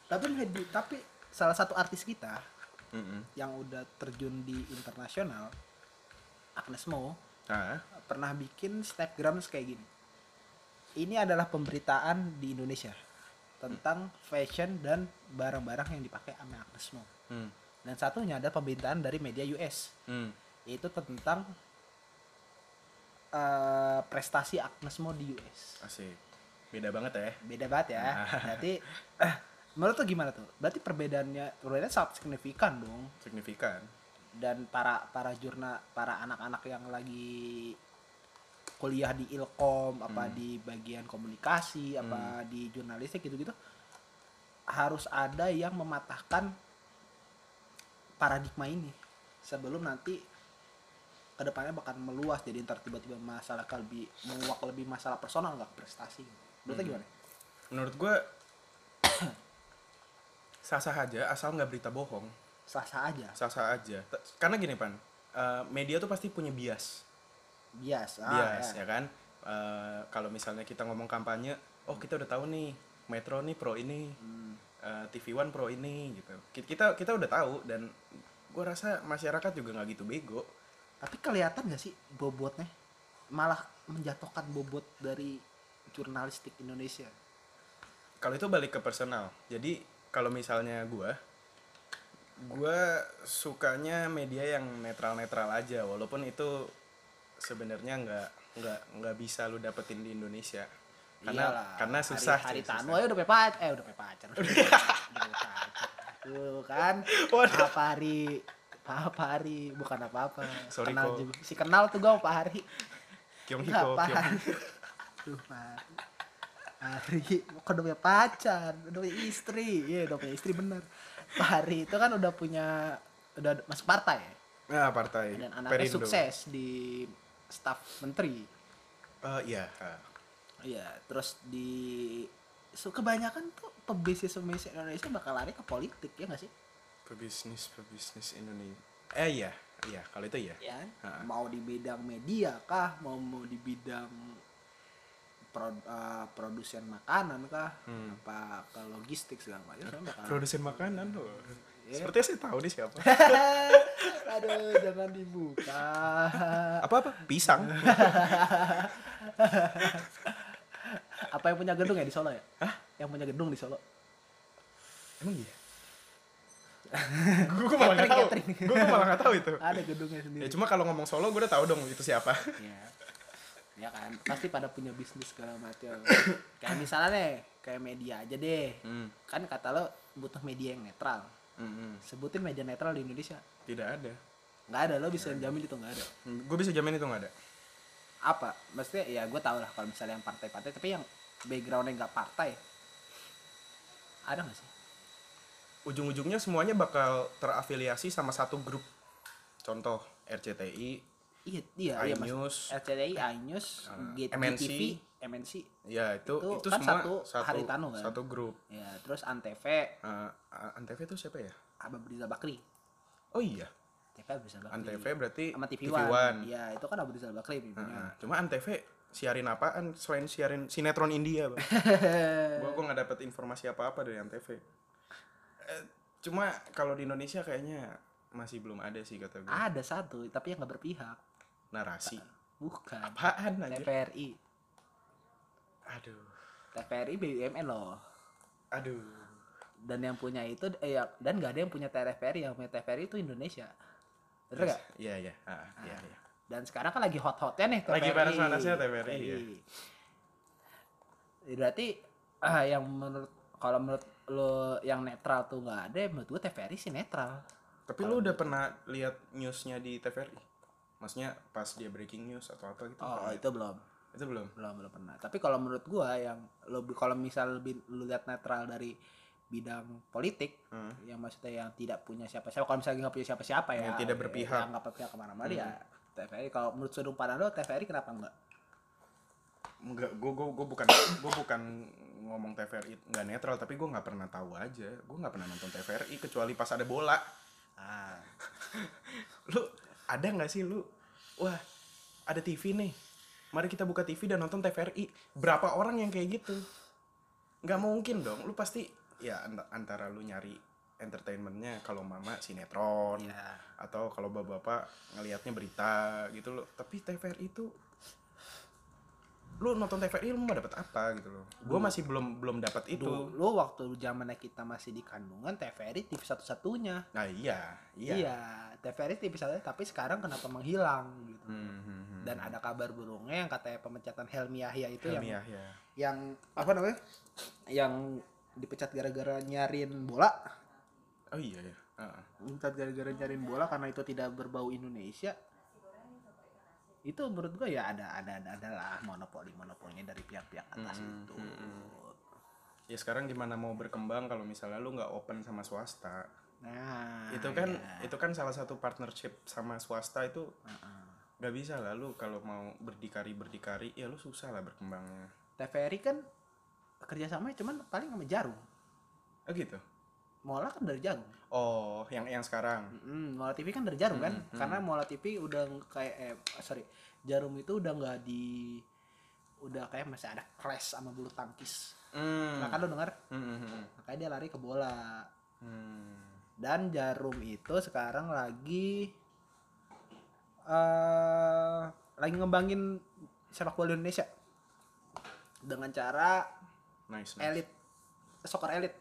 A: tapi Medi- tapi salah satu artis kita
B: Mm-mm.
A: yang udah terjun di internasional, Agnes Mo,
B: Ah,
A: pernah bikin snapgram kayak gini. Ini adalah pemberitaan di Indonesia tentang fashion dan barang-barang yang dipakai sama Agnes Mo.
B: hmm,
A: Dan satunya ada pemberitaan dari media US
B: hmm,
A: yaitu tentang eh, prestasi Agnes Mo di US.
B: asik. Beda banget ya.
A: Beda banget ya. Berarti eh, menurut tuh gimana tuh? Berarti perbedaannya perbedaannya sangat signifikan dong.
B: Signifikan.
A: Dan para para jurna para anak-anak yang lagi kuliah di Ilkom apa di bagian komunikasi apa di jurnalistik gitu-gitu harus ada yang mematahkan paradigma ini sebelum nanti kedepannya bakal meluas jadi ntar tiba-tiba masalah ke lebih menguak lebih masalah personal nggak ke prestasi menurut lo gimana
B: Menurut gue sah-sah aja asal nggak berita bohong.
A: sah-sah aja
B: Sah-sah aja. T- Karena gini pan, eh, media tuh pasti punya bias.
A: bias ah,
B: bias
A: ya.
B: ya kan Eh, kalau misalnya kita ngomong kampanye oh kita udah tahu nih Metro nih pro ini eh, TV One pro ini gitu Ki- kita kita udah tahu dan gue rasa masyarakat juga nggak gitu bego
A: tapi kelihatan nggak sih bobotnya malah menjatuhkan bobot dari jurnalistik Indonesia
B: kalau itu balik ke personal jadi kalau misalnya gue gue sukanya media yang netral-netral aja walaupun itu sebenarnya nggak nggak nggak bisa lu dapetin di Indonesia karena
A: Iyalah,
B: karena susah
A: Iya hari, hari
B: cuy,
A: tanu
B: susah.
A: aja udah punya pacar eh udah punya pacar udah punya pacar tuh kan
B: Waduh.
A: apa hari apa hari bukan apa apa
B: Sorry,
A: kenal
B: Ko.
A: juga si kenal tuh gua sama Pak Hari
B: Kyung
A: Enggak,
B: Hiko,
A: Pak
B: Kyung
A: Hari tuh Pak Hari. Hari bukan udah punya pacar udah punya istri iya udah punya istri bener Pak Hari itu kan udah punya udah masuk partai
B: Nah, partai
A: dan anaknya
B: Perindo.
A: sukses di staf menteri
B: Eh, iya. ah.
A: Iya, terus di so, kebanyakan tuh pebisnis-pebisnis Indonesia bakal lari ke politik ya nggak sih?
B: Pebisnis, pebisnis Indonesia. Eh iya, iya kalau itu iya.
A: Ya.
B: Ha.
A: Mau di bidang media kah, mau mau di bidang pro- eh, produsen makanan kah, apa ke logistik segala macam sebenarnya bakal.
B: Produsen makanan loh.
A: Iya.
B: Sepertinya saya tahu nih siapa.
A: Aduh, jangan dibuka.
B: apa apa? Pisang.
A: Apa yang punya gedung ya di Solo ya? Hah? Yang punya gedung di Solo.
B: Emang iya. gue malah nggak tahu.
A: Catering, catering.
B: Gue malah nggak tahu itu.
A: Ada gedungnya sendiri.
B: Ya cuma kalau ngomong Solo gue udah tahu dong itu siapa.
A: ya ya kan pasti pada punya bisnis segala macam kayak misalnya nih kayak media aja deh
B: Hmm.
A: kan kata lo butuh media yang netral
B: Mm-mm.
A: sebutin media netral di Indonesia
B: Tidak ada.
A: nggak ada lo bisa
B: Iya.
A: jamin itu nggak ada
B: Gue bisa jamin itu nggak ada.
A: apa maksudnya ya gue tau lah kalau misalnya yang partai-partai tapi yang backgroundnya nggak partai ada nggak sih
B: ujung-ujungnya semuanya bakal terafiliasi sama satu grup. Contoh RCTI,
A: iya iya iya mas
B: iNews.
A: RCTI iNews
B: Ah,
A: Gate-
B: MNC.
A: GTV MNC
B: ya itu
A: Itu
B: itu,
A: kan
B: semua
A: satu Haritano kan?
B: satu grup.
A: ya terus antv
B: Eh, Antv itu siapa ya?
A: Abang Riza Bakri
B: Oh iya,
A: TV Abang Riza Bakri
B: Antv berarti
A: sama TV, One. Iya, itu kan Abu Rizal Bakri
B: Heeh.
A: punya.
B: Cuma Antv siarin apaan selain siarin sinetron India, Bang. gua gua nggak dapat informasi apa-apa dari Antv. Eh, cuma kalau di Indonesia kayaknya masih belum ada sih kata gua.
A: Ada satu, tapi yang nggak berpihak.
B: Narasi.
A: Bukan.
B: Apaan aja?
A: TVRI.
B: Aduh.
A: TVRI BUMN loh
B: Aduh.
A: dan yang punya itu eh, ya, dan gak ada yang punya TVRI yang punya TVRI itu Indonesia bener gak?
B: Iya, iya. Ah, iya, iya.
A: dan sekarang kan lagi hot-hotnya nih TVRI
B: Lagi panas-panasnya TVRI, iya.
A: Ya, berarti ah, yang menurut kalau menurut lo yang netral tuh nggak ada menurut gue TVRI sih netral
B: Tapi lu udah pernah lihat newsnya di TVRI? Maksudnya pas dia breaking news atau apa gitu?
A: oh
B: pernah?
A: itu belum
B: itu belum.
A: belum belum pernah tapi kalau menurut gua yang lebih kalau misal lebih lu lihat netral dari bidang politik
B: Hmm.
A: yang maksudnya yang tidak punya siapa-siapa kalau misalnya nggak punya siapa-siapa ya
B: Yang tidak berpihak. Hmm.
A: yang nggak berpihak kemana-mana ya TVRI kalau menurut sudut pandang lo TVRI kenapa enggak
B: Enggak, gue gue bukan gue bukan ngomong TVRI nggak netral tapi gue nggak pernah tahu aja gue nggak pernah nonton TVRI kecuali pas ada bola
A: ah
B: lu ada nggak sih lu wah ada TV nih mari kita buka TV dan nonton TVRI berapa orang yang kayak gitu nggak mungkin dong lu pasti ya ant- antara lu nyari entertainmentnya kalau mama sinetron
A: ya
B: atau kalau bapak-bapak ngelihatnya berita gitu loh tapi TVRI itu lu nonton TVRI lu mau dapat apa gitu loh gua masih belum belum dapat itu
A: dulu waktu zamannya kita masih di kandungan TVRI TV satu-satunya
B: nah iya iya
A: iya TVRI TV satu tapi sekarang kenapa menghilang gitu
B: Hmm, hmm, hmm.
A: dan ada kabar burungnya yang katanya pemecatan Helmi Yahya itu yang
B: Helmiah ya
A: yang apa namanya yang dipecat gara-gara nyarin bola
B: oh iya ya Ah.
A: dipecat gara-gara nyarin bola karena itu tidak berbau Indonesia itu menurut gue ya ada ada ada adalah monopoli monopoli dari pihak-pihak atas
B: Hmm,
A: itu
B: ya sekarang gimana mau berkembang kalau misalnya lu nggak open sama swasta
A: nah
B: itu kan
A: ya.
B: itu kan salah satu partnership sama swasta itu
A: Heeh.
B: nggak bisa lah lu kalau mau berdikari berdikari ya lu susah lah berkembangnya
A: TVRI kan kerjasamanya cuman paling sama jarum
B: oh gitu
A: Mola kan dari jarum
B: oh yang yang sekarang
A: Mm, Mola TV kan dari jarum kan karena Mola TV udah kayak eh sorry jarum itu udah nggak di udah kayak masih ada crash sama bulu tangkis
B: Hmm.
A: nah kan lo denger
B: Hmm, hmm, hmm,
A: makanya dia lari ke bola
B: hmm.
A: dan jarum itu sekarang lagi eh lagi ngembangin sepak bola Indonesia dengan cara
B: nice nice
A: elit soccer elit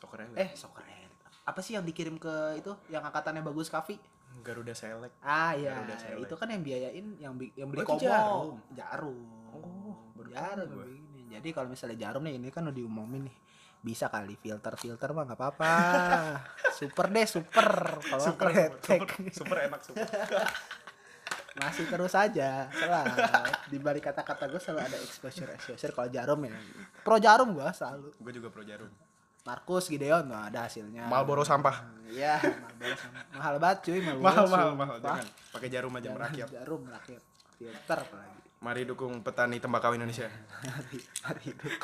B: soccer elite
A: eh soccer elit apa sih yang dikirim ke itu yang angkatannya bagus Kavi
B: Garuda Select
A: ah ya
B: Garuda Select.
A: itu kan yang biayain yang bi- yang beli
B: Oh,
A: komo.
B: itu jarum.
A: jarum
B: Oh, baru
A: jarum
B: tahu gua.
A: begini. jadi kalau misalnya jarum nih ini kan udah diumumin nih bisa kali filter filter mah nggak apa-apa super deh super kalau
B: super,
A: kretek
B: super, super enak super
A: masih terus aja selalu di balik kata-kata gue selalu ada exposure exposure kalau jarum ya pro jarum gue selalu
B: gue juga pro jarum
A: Markus Gideon nggak ada hasilnya
B: Malboro sampah
A: Iya, Marlboro sama- mahal banget cuy, mahal,
B: mahal
A: banget,
B: mahal
A: sumpah.
B: mahal jangan pakai jarum aja
A: Jarum-
B: merakyat
A: Jarum rakyat. Filter lagi.
B: mari dukung petani tembakau Indonesia
A: Hari hari hidup.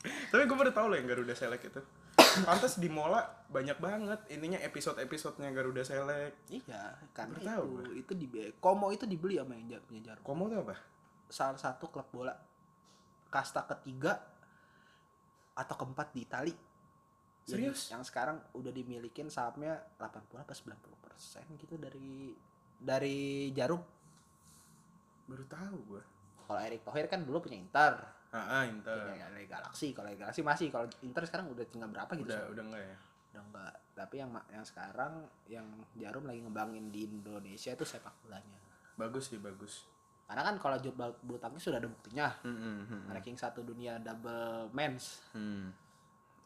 B: Tapi gue baru tau loh yang Garuda Select itu. Pantes di Mola banyak banget ininya episode-episodenya Garuda Select.
A: Iya, karena
B: Baru tahu
A: itu itu di Komo itu dibeli sama yang ja- punya jarum.
B: Komo tuh apa?
A: Salah satu klub bola kasta ketiga atau keempat di Itali. Yang-
B: Serius?
A: Yang, sekarang udah dimilikin sahamnya 80 apa 90 persen gitu dari dari jarum.
B: Baru tahu gue.
A: Kalau Erick Thohir kan dulu punya Inter,
B: Ah, ah, Inter.
A: punya Galaxy. Kalau Galaxy masih, kalau Inter sekarang udah tinggal berapa gitu?
B: Udah udah enggak ya?
A: udah enggak tapi yang ma- yang sekarang yang jarum lagi ngembangin di Indonesia itu sepak bolanya
B: Bagus sih, bagus.
A: karena kan kalau job bulu tangkis sudah ada buktinya
B: Hmm, hmm, hmm.
A: ranking satu dunia double men's
B: Hmm.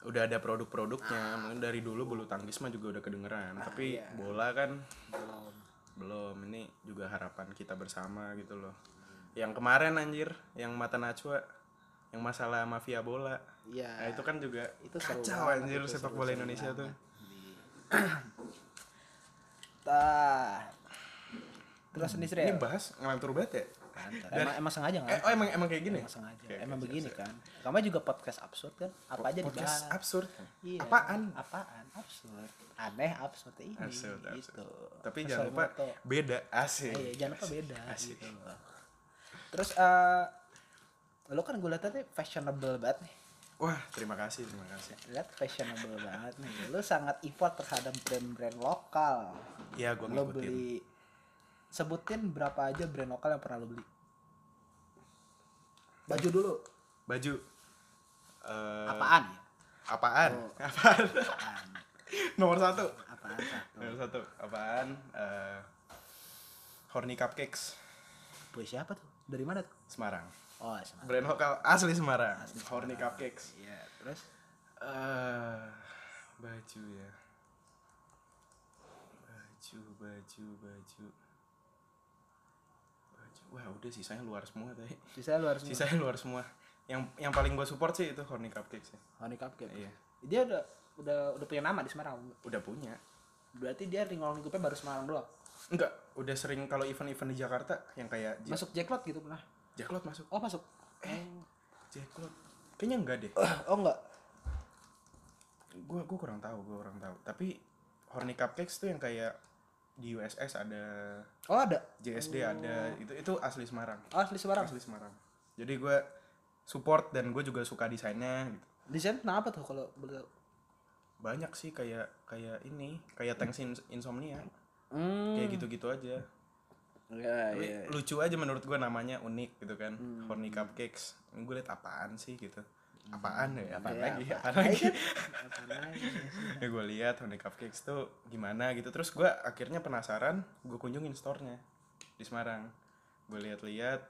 B: Udah ada produk-produknya. Mungkin dari dulu bulu tangkis mah juga udah kedengeran.
A: Ah,
B: Tapi
A: iya.
B: bola kan
A: belum
B: belum. Ini juga harapan kita bersama gitu loh. Yang kemarin anjir, yang mata Najwa, yang masalah mafia bola.
A: iya
B: Nah, itu kan juga
A: itu seru
B: kacau
A: banget,
B: anjir
A: itu
B: sepak
A: seru-
B: bola
A: seru
B: Indonesia tuh.
A: banget. Tah. terus ini Sri
B: Ini bahas ngelantur banget ya?
A: emang, emang sengaja
B: Eh,
A: nggak
B: oh emang emang kayak gini?
A: emang sengaja
B: Oke, oke,
A: emang
B: siap,
A: begini
B: siap.
A: kan kamu juga podcast absurd kan apa aja
B: Podcast
A: dibahas
B: absurd.
A: Iya.
B: Apaan?
A: Apaan? Absurd. Aneh absurd ini.
B: Absurd, absurd.
A: Gitu.
B: Tapi
A: Terus
B: jangan
A: sama
B: lupa
A: tuh,
B: beda asik.
A: eh, iya, jangan lupa beda
B: Asik.
A: gitu. Terus eh lo kan gue liatnya tuh fashionable banget nih.
B: Wah, terima kasih, terima kasih.
A: Lihat fashionable banget nih. Lo sangat effort terhadap brand-brand lokal.
B: Ya, gua
A: Lo
B: ngikutin.
A: beli sebutin berapa aja brand lokal yang pernah lo beli. Baju dulu.
B: baju Eh,
A: Apaan ya?
B: apaan
A: Oh.
B: apaan
A: Apaan?
B: nomor satu
A: Apaan satu?
B: nomor satu apaan Eh, horny cupcakes
A: Boy siapa tuh? Dari mana tuh?
B: Semarang
A: Oh, sama.
B: brand lokal asli Semarang horny cupcakes
A: Iya, terus
B: eh baju ya. Baju, baju, baju. Baju. Wah, udah sisanya luar semua tadi.
A: sisanya luar semua.
B: Sisanya luar semua. Yang yang paling gue support sih itu Horny Cupcakes ya.
A: Honey Cupcake.
B: Iya.
A: Dia udah udah udah punya nama di Semarang.
B: Udah punya.
A: Berarti dia ringol lingkupnya baru Semarang doang.
B: Enggak, udah sering kalau event-event di Jakarta yang kayak J-
A: Masuk jackpot gitu pernah.
B: Jacklot masuk.
A: Oh, masuk.
B: Jacklot. Kayaknya enggak deh.
A: oh enggak.
B: Gue gua kurang tahu, gue kurang tahu. Tapi Horny Cupcakes tuh yang kayak di USS ada,
A: Oh, ada.
B: JSD ada, itu itu asli Semarang.
A: Oh, asli Semarang.
B: asli Semarang. Jadi gue support dan gue juga suka desainnya gitu.
A: Desain kenapa tuh kalau boleh tahu?
B: Banyak sih kayak kayak ini, kayak Thanks Ins- Insomnia.
A: Hmm.
B: Kayak gitu-gitu aja.
A: Iya,
B: Tapi
A: iya. Hmm.
B: lucu aja menurut gue namanya unik gitu kan. Horny Cupcakes. Gue liat apaan sih gitu. Apaan ya?
A: Iya,
B: Apaan lagi?
A: apaan
B: Apaan lagi?
A: Apaan lagi?
B: ya gue lihat Honey Cupcakes tuh gimana gitu terus gue akhirnya penasaran gue kunjungin store-nya di Semarang gue lihat-lihat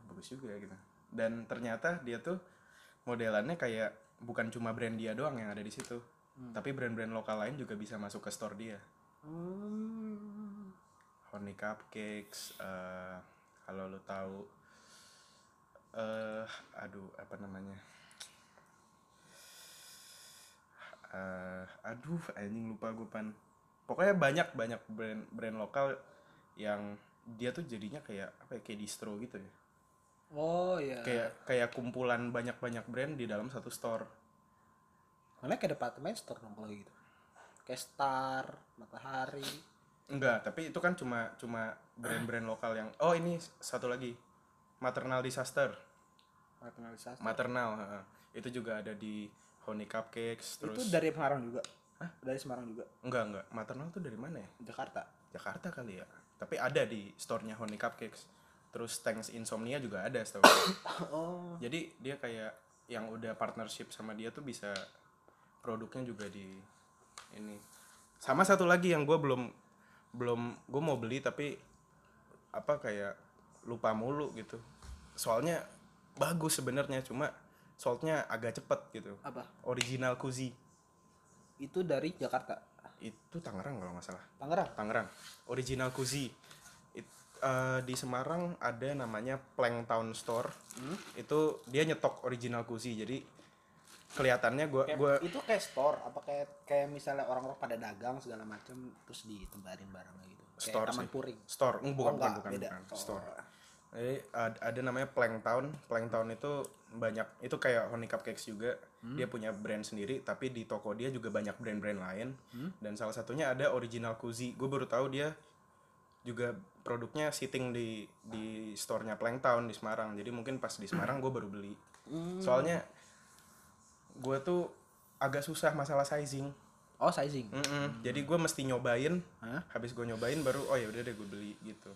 B: oh, bagus juga ya gitu dan ternyata dia tuh modelannya kayak bukan cuma brand dia doang yang ada di situ tapi brand-brand lokal lain juga bisa masuk ke store dia
A: Hmm.
B: Honey Cupcakes eh, kalau lo tahu eh aduh apa namanya eh aduh anjing lupa gue pan pokoknya banyak banyak brand brand lokal yang dia tuh jadinya kayak apa ya kayak distro gitu ya
A: Oh iya.
B: kayak kayak kumpulan banyak banyak brand di dalam satu store
A: Mana kayak departemen store dong kalau gitu. Kayak Star, Matahari.
B: enggak tapi itu kan cuma cuma brand-brand lokal yang oh ini satu lagi maternal disaster
A: Maternalisasi.
B: maternal heeh. itu juga ada di honey cupcakes terus
A: Itu dari Semarang juga. Hah? Dari Semarang juga.
B: enggak enggak maternal tuh dari mana ya
A: Jakarta.
B: Jakarta kali ya tapi ada di store-nya honey cupcakes terus thanks insomnia juga ada setahu gue.
A: Oh.
B: jadi dia kayak yang udah partnership sama dia tuh bisa produknya juga di ini sama satu lagi yang gue belum belum gue mau beli tapi apa kayak lupa mulu gitu soalnya bagus sebenarnya cuma soalnya agak cepet gitu
A: Apa?
B: original Kuzi
A: Itu dari Jakarta.
B: itu Tangerang kalau nggak salah
A: Tangerang.
B: Tangerang original Kuzi It- eh, di Semarang ada namanya Plank Town Store itu dia nyetok original Kuzi jadi kelihatannya gua gua
A: Itu kayak store apa kayak kayak misalnya orang-orang pada dagang segala macam terus ditembarin barangnya gitu. Kayak
B: Store
A: Taman
B: sih.
A: Puring.
B: store Eh, bukan
A: Oh,
B: bukan
A: enggak,
B: bukan,
A: beda.
B: bukan.
A: Oh.
B: store jadi ad- ada namanya Plank Town Plank Town itu banyak itu kayak Honey Cupcakes juga
A: Hmm.
B: dia punya brand sendiri tapi di toko dia juga banyak brand-brand lain
A: Hmm.
B: dan salah satunya ada original Kuzi gue baru tahu dia juga produknya sitting di di store-nya Plank Town di Semarang jadi mungkin pas di Semarang gue baru beli
A: Hmm.
B: soalnya gue tuh agak susah masalah sizing
A: Oh, sizing.
B: Mm-mm. Jadi gue mesti nyobain,
A: Hah?
B: habis gue nyobain baru oh ya udah deh gue beli gitu.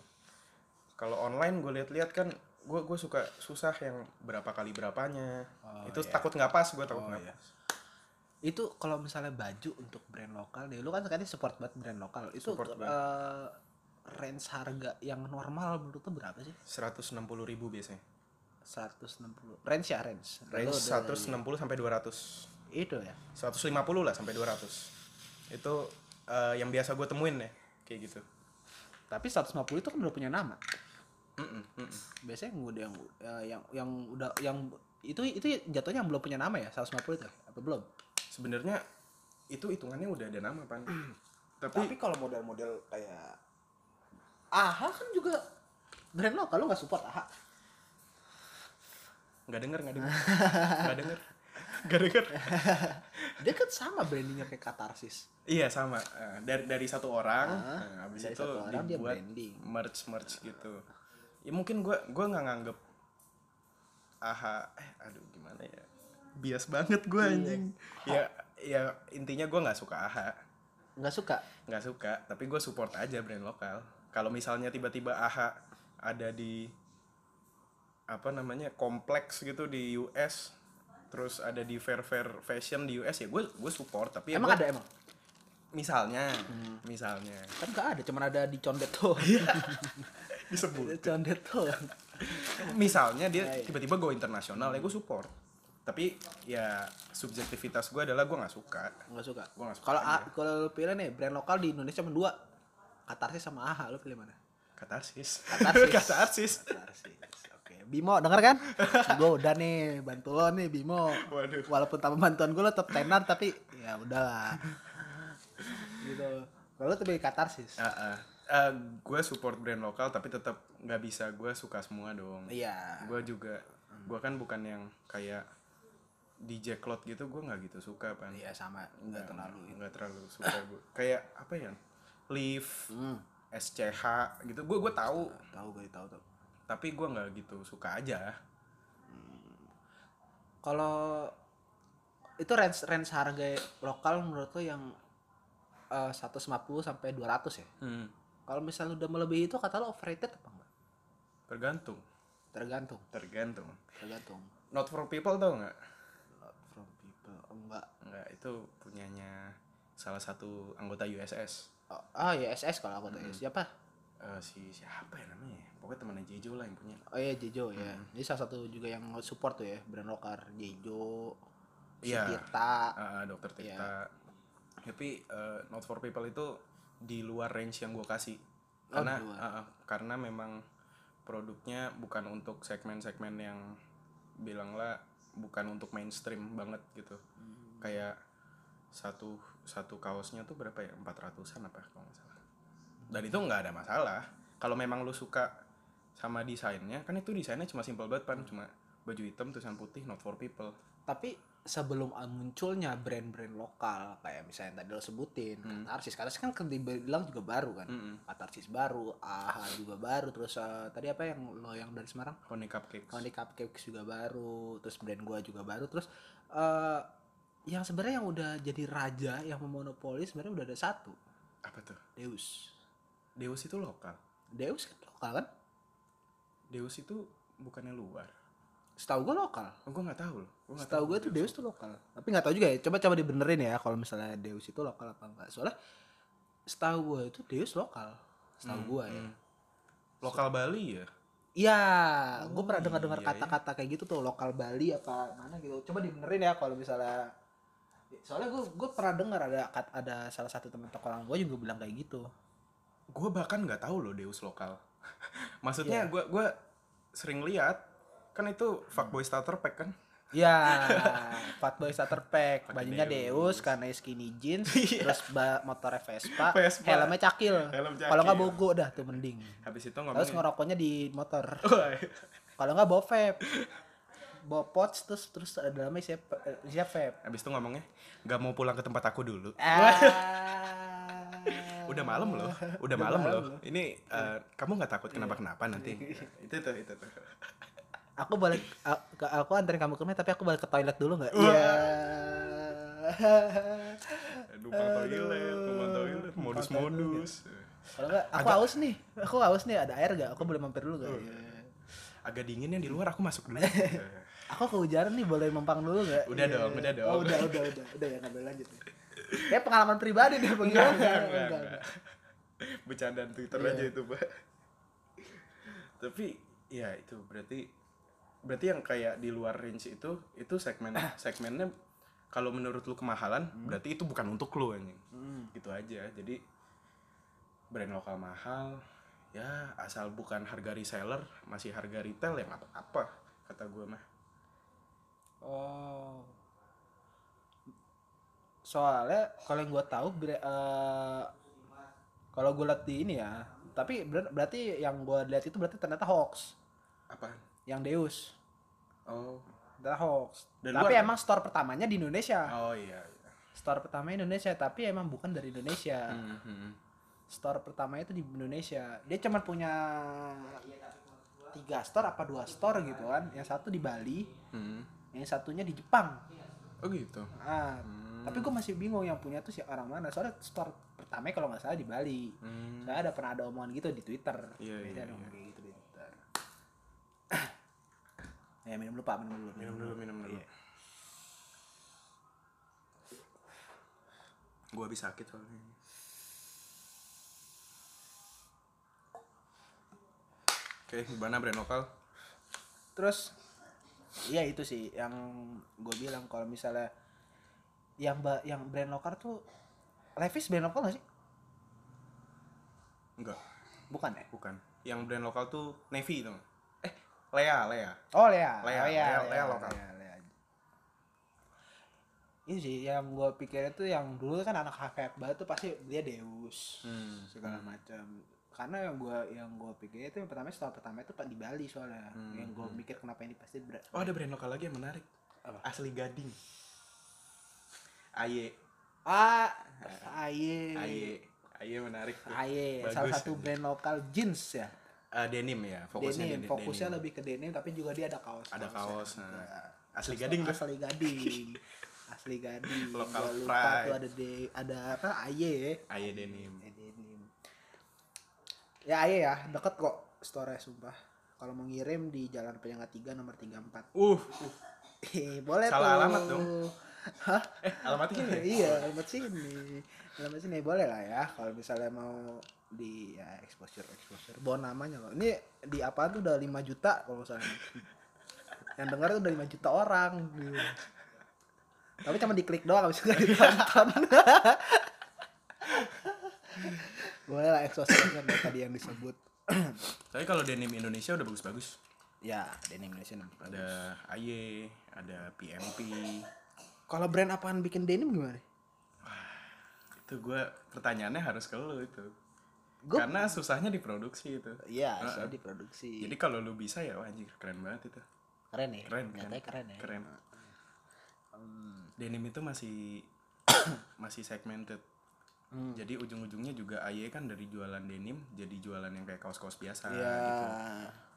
B: Kalau online gue lihat-lihat kan gue gue suka susah yang berapa kali berapanya. itu takut nggak pas gue takut nggak pas.
A: Itu kalau misalnya baju untuk brand lokal deh. Lu kan tadi support banget brand lokal. Itu
B: Support banget.
A: eh, range harga yang normal menurut tuh berapa sih?
B: Seratus enam puluh ribu biasanya.
A: 160. Range ya, range.
B: Range
A: Lu dari-
B: 160 sampai 200.
A: Itu ya.
B: 150 lah sampai 200. Itu eh, yang biasa gue temuin ya kayak gitu.
A: Tapi 150 itu kan udah punya nama.
B: Mm-mm, mm-mm.
A: Biasanya yang udah yang eh, yang yang udah yang itu itu jatuhnya yang belum punya nama ya 150 itu apa belum?
B: Sebenarnya itu hitungannya udah ada nama pan.
A: Tapi
B: Tapi
A: kalau model-model kayak AHA kan juga brand lokal lu nggak support AHA.
B: nggak denger nggak denger nggak denger nggak denger.
A: Dia kan sama brandingnya kayak Katarsis.
B: Iya sama Eh, dari dari satu orang,
A: Ah,
B: nah, abis
A: dari
B: itu
A: satu orang dia
B: dibuat
A: branding. Ah.
B: merch merch gitu. Ya mungkin gue gua nggak nganggep aha eh aduh gimana ya bias banget gue
A: Iya.
B: anjing. Ya ya intinya gue nggak suka aha
A: Nggak suka.
B: nggak suka tapi gue support aja brand lokal. Kalau misalnya tiba-tiba aha ada di apa namanya kompleks gitu di US terus ada di fair fair fashion di US ya gue gue support tapi ya
A: emang
B: gua-
A: ada emang?
B: misalnya misalnya
A: Kan gak ada, cuman ada di condet tuh.
B: Iya. disebut
A: condet tuh.
B: misalnya dia
A: Ya, ya.
B: tiba-tiba go internasional ya gue support tapi ya subjektivitas gue adalah gue nggak suka
A: Enggak suka.
B: Gua nggak suka
A: Kalau
B: aja.
A: a- kalau lu pilih nih brand lokal di Indonesia cuma dua. Katarsis sama AHA, lu pilih mana?
B: katarsis
A: Katarsis.
B: katarsis
A: Katarsis. Oke, Bimo denger kan? gue udah nih bantu lo nih Bimo.
B: Waduh.
A: Walaupun tanpa bantuan gue lo tetap tenar tapi ya udahlah. gitu. Kalau lu tuh pilih katarsis.
B: gue Eh, support brand lokal tapi tetap nggak bisa gue suka semua dong
A: Iya.
B: gue juga gue kan bukan yang kayak di Jacklot gitu gue nggak gitu suka pan
A: Iya sama, enggak terlalu. iya.
B: nggak terlalu suka gue kayak apa ya Leaf
A: Hmm.
B: SCH gitu gue gue tahu
A: Tahu gue tahu tahu.
B: tapi gue nggak gitu suka aja
A: Kalau itu range range harga lokal menurut lo yang eh, 150 sampai 200 ya?
B: Hmm,
A: Kalau misalnya udah melebihi itu kata lo overrated apa enggak?
B: tergantung
A: Tergantung,
B: tergantung
A: tergantung.
B: not for people tau nggak
A: Not from people. Enggak.
B: nggak itu punyanya salah satu anggota USS
A: Oh, ah ya SS kalau aku tanya siapa?
B: Eh, si siapa ya namanya ya? pokoknya temannya Jejo lah yang punya
A: Oh iya Jejo ya. Ini salah satu juga yang support tuh ya, brand lokal Jejo.
B: Iya.
A: Sutita.
B: Ah, ah,
A: Iya.
B: dokter Tirta tapi eh, not for people itu di luar range yang gue kasih
A: Oh,
B: karena
A: di luar.
B: ah, ah, karena memang produknya bukan untuk segmen-segmen yang bilanglah bukan untuk mainstream banget gitu
A: Hmm.
B: kayak satu satu kaosnya tuh berapa ya 400-an apa kalau nggak salah dan itu nggak ada masalah kalau memang lu suka sama desainnya kan itu desainnya cuma simple banget pan cuma baju hitam tulisan putih not for people
A: Tapi sebelum ah, munculnya brand-brand lokal kayak misalnya yang tadi lo sebutin, Katarsis. Katarsis kan bilang juga baru kan.
B: Mm. Mm-mm.
A: Katarsis baru, AHA juga baru, terus eh, tadi apa yang lo yang dari Semarang?
B: Honey cupcakes
A: Honey Cupcakes juga baru, terus brand gua juga baru, terus eh yang sebenarnya yang udah jadi raja yang memonopoli sebenarnya udah ada satu,
B: apa tuh
A: Deus.
B: Deus itu lokal.
A: Deus kan lokal kan?
B: Deus itu bukannya luar.
A: Setahu gua lokal.
B: Oh, gue nggak tahu loh. Gua nggak
A: Setahu gua
B: tahu
A: itu Deus tuh lokal. Tapi nggak tahu juga ya. Coba coba dibenerin ya kalau misalnya Deus itu lokal apa enggak. Soalnya setahu gua itu Deus lokal. Setahu gua ya.
B: hmm. Lokal Bali ya.
A: Iya,
B: Oh,
A: gua pernah dengar-dengar
B: iya ya.
A: kata-kata kayak gitu tuh lokal Bali apa mana gitu. Coba dibenerin ya kalau misalnya soalnya gue gue pernah dengar ada kat- ada salah satu teman tokolan gue juga bilang kayak gitu
B: Gue bahkan nggak tahu loh Deus lokal. Maksudnya gua gue sering lihat kan itu fuckboy starter pack kan.
A: ya Fatboy Starter Pack
B: Pakai
A: bajunya Deus,
B: Deus.
A: karena skinny jeans
B: Iya.
A: terus ba- motornya Vespa,
B: Vespa.
A: helmnya cakil
B: Helm cakil.
A: kalau nggak bogo dah tuh mending
B: Habis itu Oh, iya.
A: terus
B: ngomongin.
A: ngerokoknya di motor
B: Wah,
A: kalau nggak bawa vape bawa pots terus terus ada dalamnya siap siap vape
B: Habis itu ngomongnya nggak mau pulang ke tempat aku dulu.
A: Ah.
B: Udah malam loh. Udah malam loh. Iya. Ini eh, kamu nggak takut kenapa-kenapa nanti? itu tuh itu tuh.
A: aku balik a- ke- aku anterin kamu ke rumah tapi aku balik ke toilet dulu nggak
B: Wah.
A: iya
B: Numpang toilet, numpang toilet, ya, modus-modus.
A: kalau nggak aku haus nih aku haus nih ada air nggak aku boleh mampir dulu
B: Oh,
A: nggak Iya.
B: agak dingin yang di luar aku masuk dulu.
A: aku kehujanan nih boleh mampang dulu nggak
B: Udah
A: Iya.
B: dong, udah dong.
A: oh, udah udah udah udah ya nggak boleh lanjut ya. ya pengalaman pribadi deh pengalaman
B: enggak, enggak. Bercandaan Twitter
A: Iya.
B: aja itu, Pak. Tapi ya itu berarti berarti yang kayak di luar range itu itu segmen segmennya kalau menurut lu kemahalan berarti itu bukan untuk lu anjing.
A: Hmm.
B: Gitu aja. Jadi brand lokal mahal ya asal bukan harga reseller masih harga retail yang apa-apa kata gue mah
A: Oh. Soalnya kalau yang gua tahu bre- eh, kalau gua lihat di ini ya, tapi ber- berarti yang gua lihat itu berarti ternyata hoax,
B: apa
A: yang Deus.
B: oh
A: Ternyata hoax.
B: Dan
A: tapi
B: luar- kan?
A: emang store pertamanya di Indonesia.
B: oh iya iya.
A: Store pertama Indonesia, tapi emang bukan dari Indonesia.
B: Hmm, hmm.
A: Store pertama itu di Indonesia. Dia cuma punya tiga store apa dua store gitu kan. Yang satu di Bali,
B: Hmm.
A: yang satunya di Jepang.
B: Oh gitu.
A: Ah, tapi gue masih bingung yang punya tuh si orang mana. Soalnya store pertamanya kalau nggak salah di Bali.
B: Hmm.
A: Saya ada pernah ada omongan gitu di Twitter.
B: Iya,
A: Biasanya
B: iya,
A: ada
B: iya.
A: omongan kayak gitu di Twitter. Ya minum dulu Pak, minum dulu.
B: Minum dulu, minum dulu.
A: Iya.
B: Gua habis sakit soalnya. Oke, gimana brand lokal?
A: Terus iya itu sih yang gue bilang kalau misalnya yang ba- yang brand lokal tuh Levi's brand lokal gak sih?
B: Enggak,
A: Bukan ya?
B: bukan. Yang brand lokal tuh Navy itu. Eh, Lea, Lea.
A: Oh Lea.
B: Lea,
A: oh, iya,
B: Lea- Lea lokal.
A: Lea, Lea. Ini sih yang gue pikirin tuh yang dulu kan anak HVF banget tuh pasti dia Deus
B: Hmm,
A: segala macam. Karena yang gue yang gue pikirin itu yang pertama setelah pertama itu Pak di Bali soalnya.
B: Hmm,
A: Yang gue
B: hmm.
A: mikir kenapa ini pasti ber-
B: Oh, ada brand lokal lagi yang menarik.
A: Apa?
B: Asli Gading. Aye,
A: Ah, Aye.
B: Aye. Iya, Aye menarik tuh.
A: Aye,
B: Bagus.
A: salah satu brand lokal jeans ya.
B: Eh, denim ya, fokusnya
A: denim,
B: denim.
A: fokusnya
B: denim.
A: lebih ke denim tapi juga dia ada kaos.
B: Ada
A: kaosnya
B: kaos, nah.
A: juga.
B: Asli Gading tuh.
A: Asli Gading. Asli Gading.
B: Local
A: Gua lupa
B: pride.
A: tuh ada de, ada apa? Aye.
B: Aye denim.
A: Eh, denim. Ya Aye ya, deket kok store sumpah. Kalau mau ngirim di Jalan Penyangga 3 nomor 34.
B: Uh, uh.
A: Eh, boleh tuh.
B: Salah alamat dong.
A: Hah?
B: eh alamatnya ini. ya?
A: iya alamat sini alamat sini boleh lah ya kalau misalnya mau di ya, exposure exposure bon namanya loh ini di apa tuh udah 5 juta kalau nggak salah yang dengar tuh udah 5 juta orang gitu. tapi cuma diklik doang habis itu nggak ditonton boleh lah exposure kan yang tadi yang disebut
B: Tapi kalau denim Indonesia udah bagus-bagus.
A: ya denim Indonesia nomor satu.
B: Ada AY, ada PMP.
A: kalau brand apaan bikin denim gimana
B: Itu gue pertanyaannya harus ke lu itu.
A: Gua-
B: Karena susahnya diproduksi itu.
A: Iya,
B: Heeh.
A: saya diproduksi.
B: Ah, Jadi kalau lu bisa ya wah, anjir keren banget itu.
A: keren ya.
B: Keren, kan?
A: Nyatanya keren ya.
B: Keren. Nah,
A: Hmm.
B: Denim itu masih masih segmented.
A: Hmm.
B: Jadi ujung-ujungnya juga AY kan dari jualan denim jadi jualan yang kayak kaos-kaos biasa
A: Iya.
B: gitu.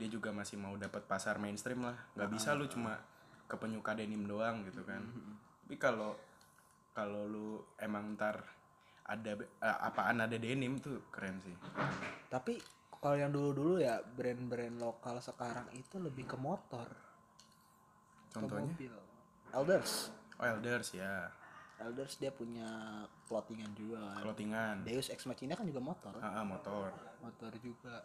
B: Dia juga masih mau dapat pasar mainstream lah. Gak
A: Ah,
B: bisa lu cuma ke penyuka denim doang gitu kan.
A: Mm-hmm.
B: Tapi kalau kalau lu emang ntar ada be- eh, apaan ada denim tuh keren sih.
A: Tapi kalau yang dulu-dulu ya brand-brand lokal sekarang itu lebih ke motor, ke
B: Contohnya
A: mobil. Elders.
B: oh, Elders ya,
A: Elders dia punya clothingan juga. kan.
B: clothingan,
A: Deus Ex Machina kan juga motor.
B: Ah, ah, motor.
A: Motor juga.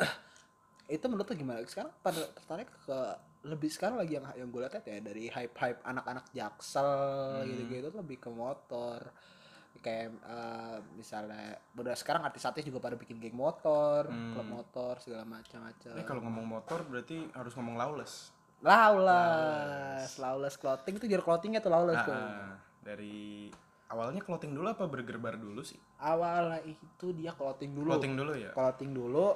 A: itu menurut lo gimana? Sekarang pada tertarik ke lebih sekarang lagi yang yang gue lihat ya dari hype-hype anak-anak jaksel gitu-gitu tuh lebih ke motor kayak eh, misalnya udah sekarang artis-artis juga pada bikin geng motor, klub motor segala macam-macam.
B: Ini kalau ngomong motor berarti harus ngomong lawless.
A: Lawless, lawless clothing itu jurus clothingnya tuh lawless
B: Ah,
A: tuh.
B: ah. dari awalnya clothing dulu apa bergerbar dulu sih?
A: Awalnya itu dia clothing dulu, clothing,
B: Clothing dulu ya.
A: dulu,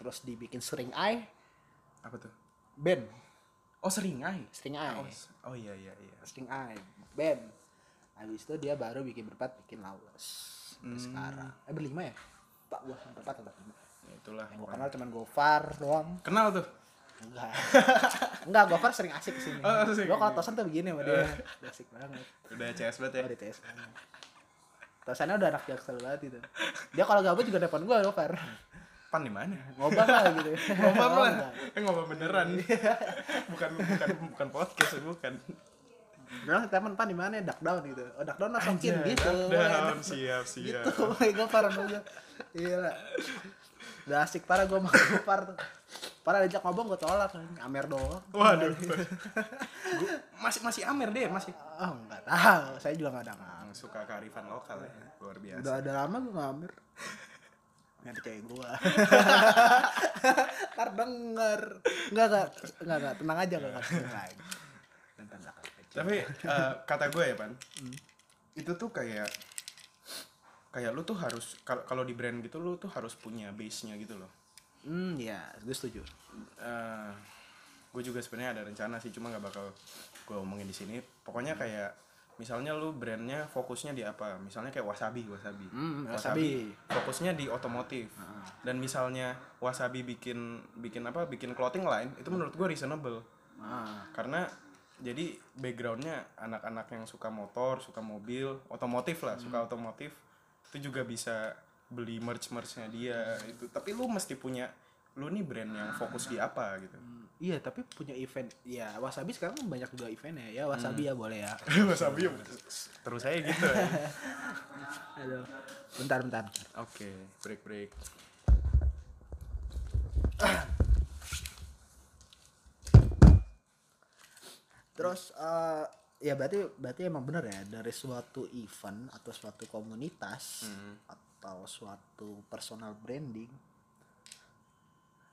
A: terus dibikin string eye,
B: Apa tuh?
A: band,
B: Oh seringai.
A: string eye,
B: Oh, s- oh iya iya iya.
A: string eye, band. Habis itu dia baru bikin berempat, bikin lawless.
B: Hmm.
A: Sampai Sekarang, eh berlima ya? Pak gua berempat atau berlima?
B: Ya, Itulah.
A: Yang gua kenal cuman Gofar doang.
B: Kenal tuh.
A: Enggak. Enggak, Gofar sering asik kesini.
B: Oh, Eh. asik.
A: Gua kalau tosan tuh begini sama dia. Asik banget.
B: Udah CS banget ya.
A: Oh, di TS banget. Tosannya udah anak jaksel banget itu. Dia kalau gabut juga depan gua loh, Far.
B: Pan di mana?
A: Ngobam lah gitu.
B: Ngomong lah.
A: Ngobam.
B: Eh, ngomong beneran. bukan bukan bukan podcast eh, bukan.
A: Bilang teman pan di mana? Duck down gitu. Oh, duck down masukin
B: Anjay,
A: gitu.
B: Down, Iya. siap siap.
A: Gitu. Wah, gua parah banget. Iya lah. Udah asik parah gua mau Gofar tuh. Parah diajak ngobong gua tolak. Amer doang.
B: Waduh.
A: Gitu.
B: Gua- masih masih Amer deh masih.
A: Oh, enggak tahu. Saya juga enggak ada ngamer.
B: Emang suka kearifan lokal ya. Luar biasa.
A: Udah ada lama gua ngamer. Nyari cewek gua. Ntar denger. Enggak, enggak. Enggak, enggak. Tenang aja enggak kasih lagi. Tentang enggak kasih.
B: Tapi eh, kata gue ya pan,
A: Hmm.
B: itu tuh kayak kayak lu tuh harus kalau kalau di brand gitu lu tuh harus punya base nya gitu loh.
A: Hmm, ya, gue setuju.
B: eh gue juga sebenarnya ada rencana sih cuma nggak bakal gue omongin di sini pokoknya kayak misalnya lu brandnya fokusnya di apa misalnya kayak wasabi wasabi
A: Hmm,
B: fokusnya di otomotif dan misalnya wasabi bikin bikin apa bikin clothing line itu menurut gue reasonable
A: Ah,
B: karena jadi backgroundnya anak-anak yang suka motor suka mobil otomotif lah suka otomotif itu juga bisa beli merch merchnya dia itu tapi lu mesti punya lu nih brand yang fokus di apa gitu
A: Iya, tapi punya event. Ya, Wasabi sekarang banyak juga event ya. Ya, Wasabi ya boleh ya.
B: wasabi ya, terus saya gitu ya.
A: Aduh. Bentar, bentar.
B: Oke, break break.
A: Terus eh, ya berarti berarti emang bener ya dari suatu event atau suatu komunitas atau suatu personal branding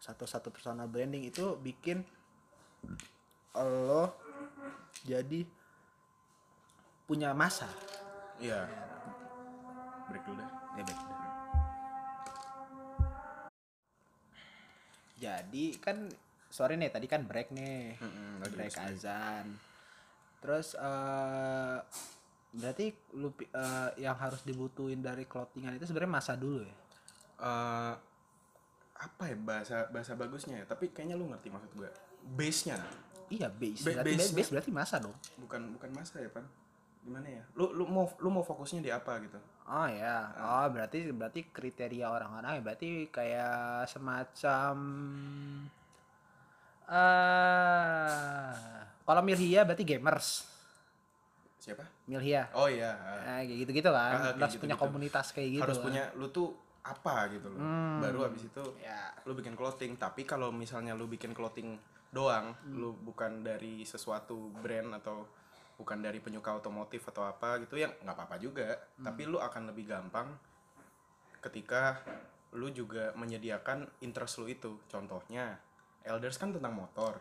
A: satu-satu personal branding itu bikin lo jadi punya masa
B: Iya. Break dulu deh.
A: Ya, baik. Jadi kan sorry nih tadi kan break nih.
B: Mm-mm, lagi
A: break
B: break.
A: azan. Terus eh berarti lu pi- eh, yang harus dibutuhin dari clothingan itu sebenarnya masa dulu ya.
B: Eh, apa ya bahasa bahasa bagusnya ya? Tapi kayaknya lu ngerti maksud gue. Base-nya
A: Iya base.
B: Ba-
A: berarti
B: base-nya.
A: base berarti masa dong.
B: bukan bukan masa ya, Pan. Gimana ya? Lu lu mau lu mau fokusnya di apa gitu?
A: Oh ya. Oh berarti berarti kriteria orang-orang ya berarti kayak semacam eh kalau Milhia berarti gamers.
B: Siapa?
A: Milhia.
B: Oh iya.
A: Nah, kayak gitu-gitu kan.
B: Ah, kayak
A: harus punya
B: gitu-gitu.
A: komunitas kayak gitu.
B: Harus
A: kan.
B: punya lu tuh apa gitu loh.
A: Hmm.
B: Baru habis itu
A: ya.
B: lu bikin clothing, tapi kalau misalnya lu bikin clothing doang,
A: Hmm.
B: lu bukan dari sesuatu brand atau bukan dari penyuka otomotif atau apa gitu ya nggak apa-apa juga,
A: Hmm.
B: tapi lu akan lebih gampang ketika lu juga menyediakan interest lu itu. Contohnya Elders kan tentang motor,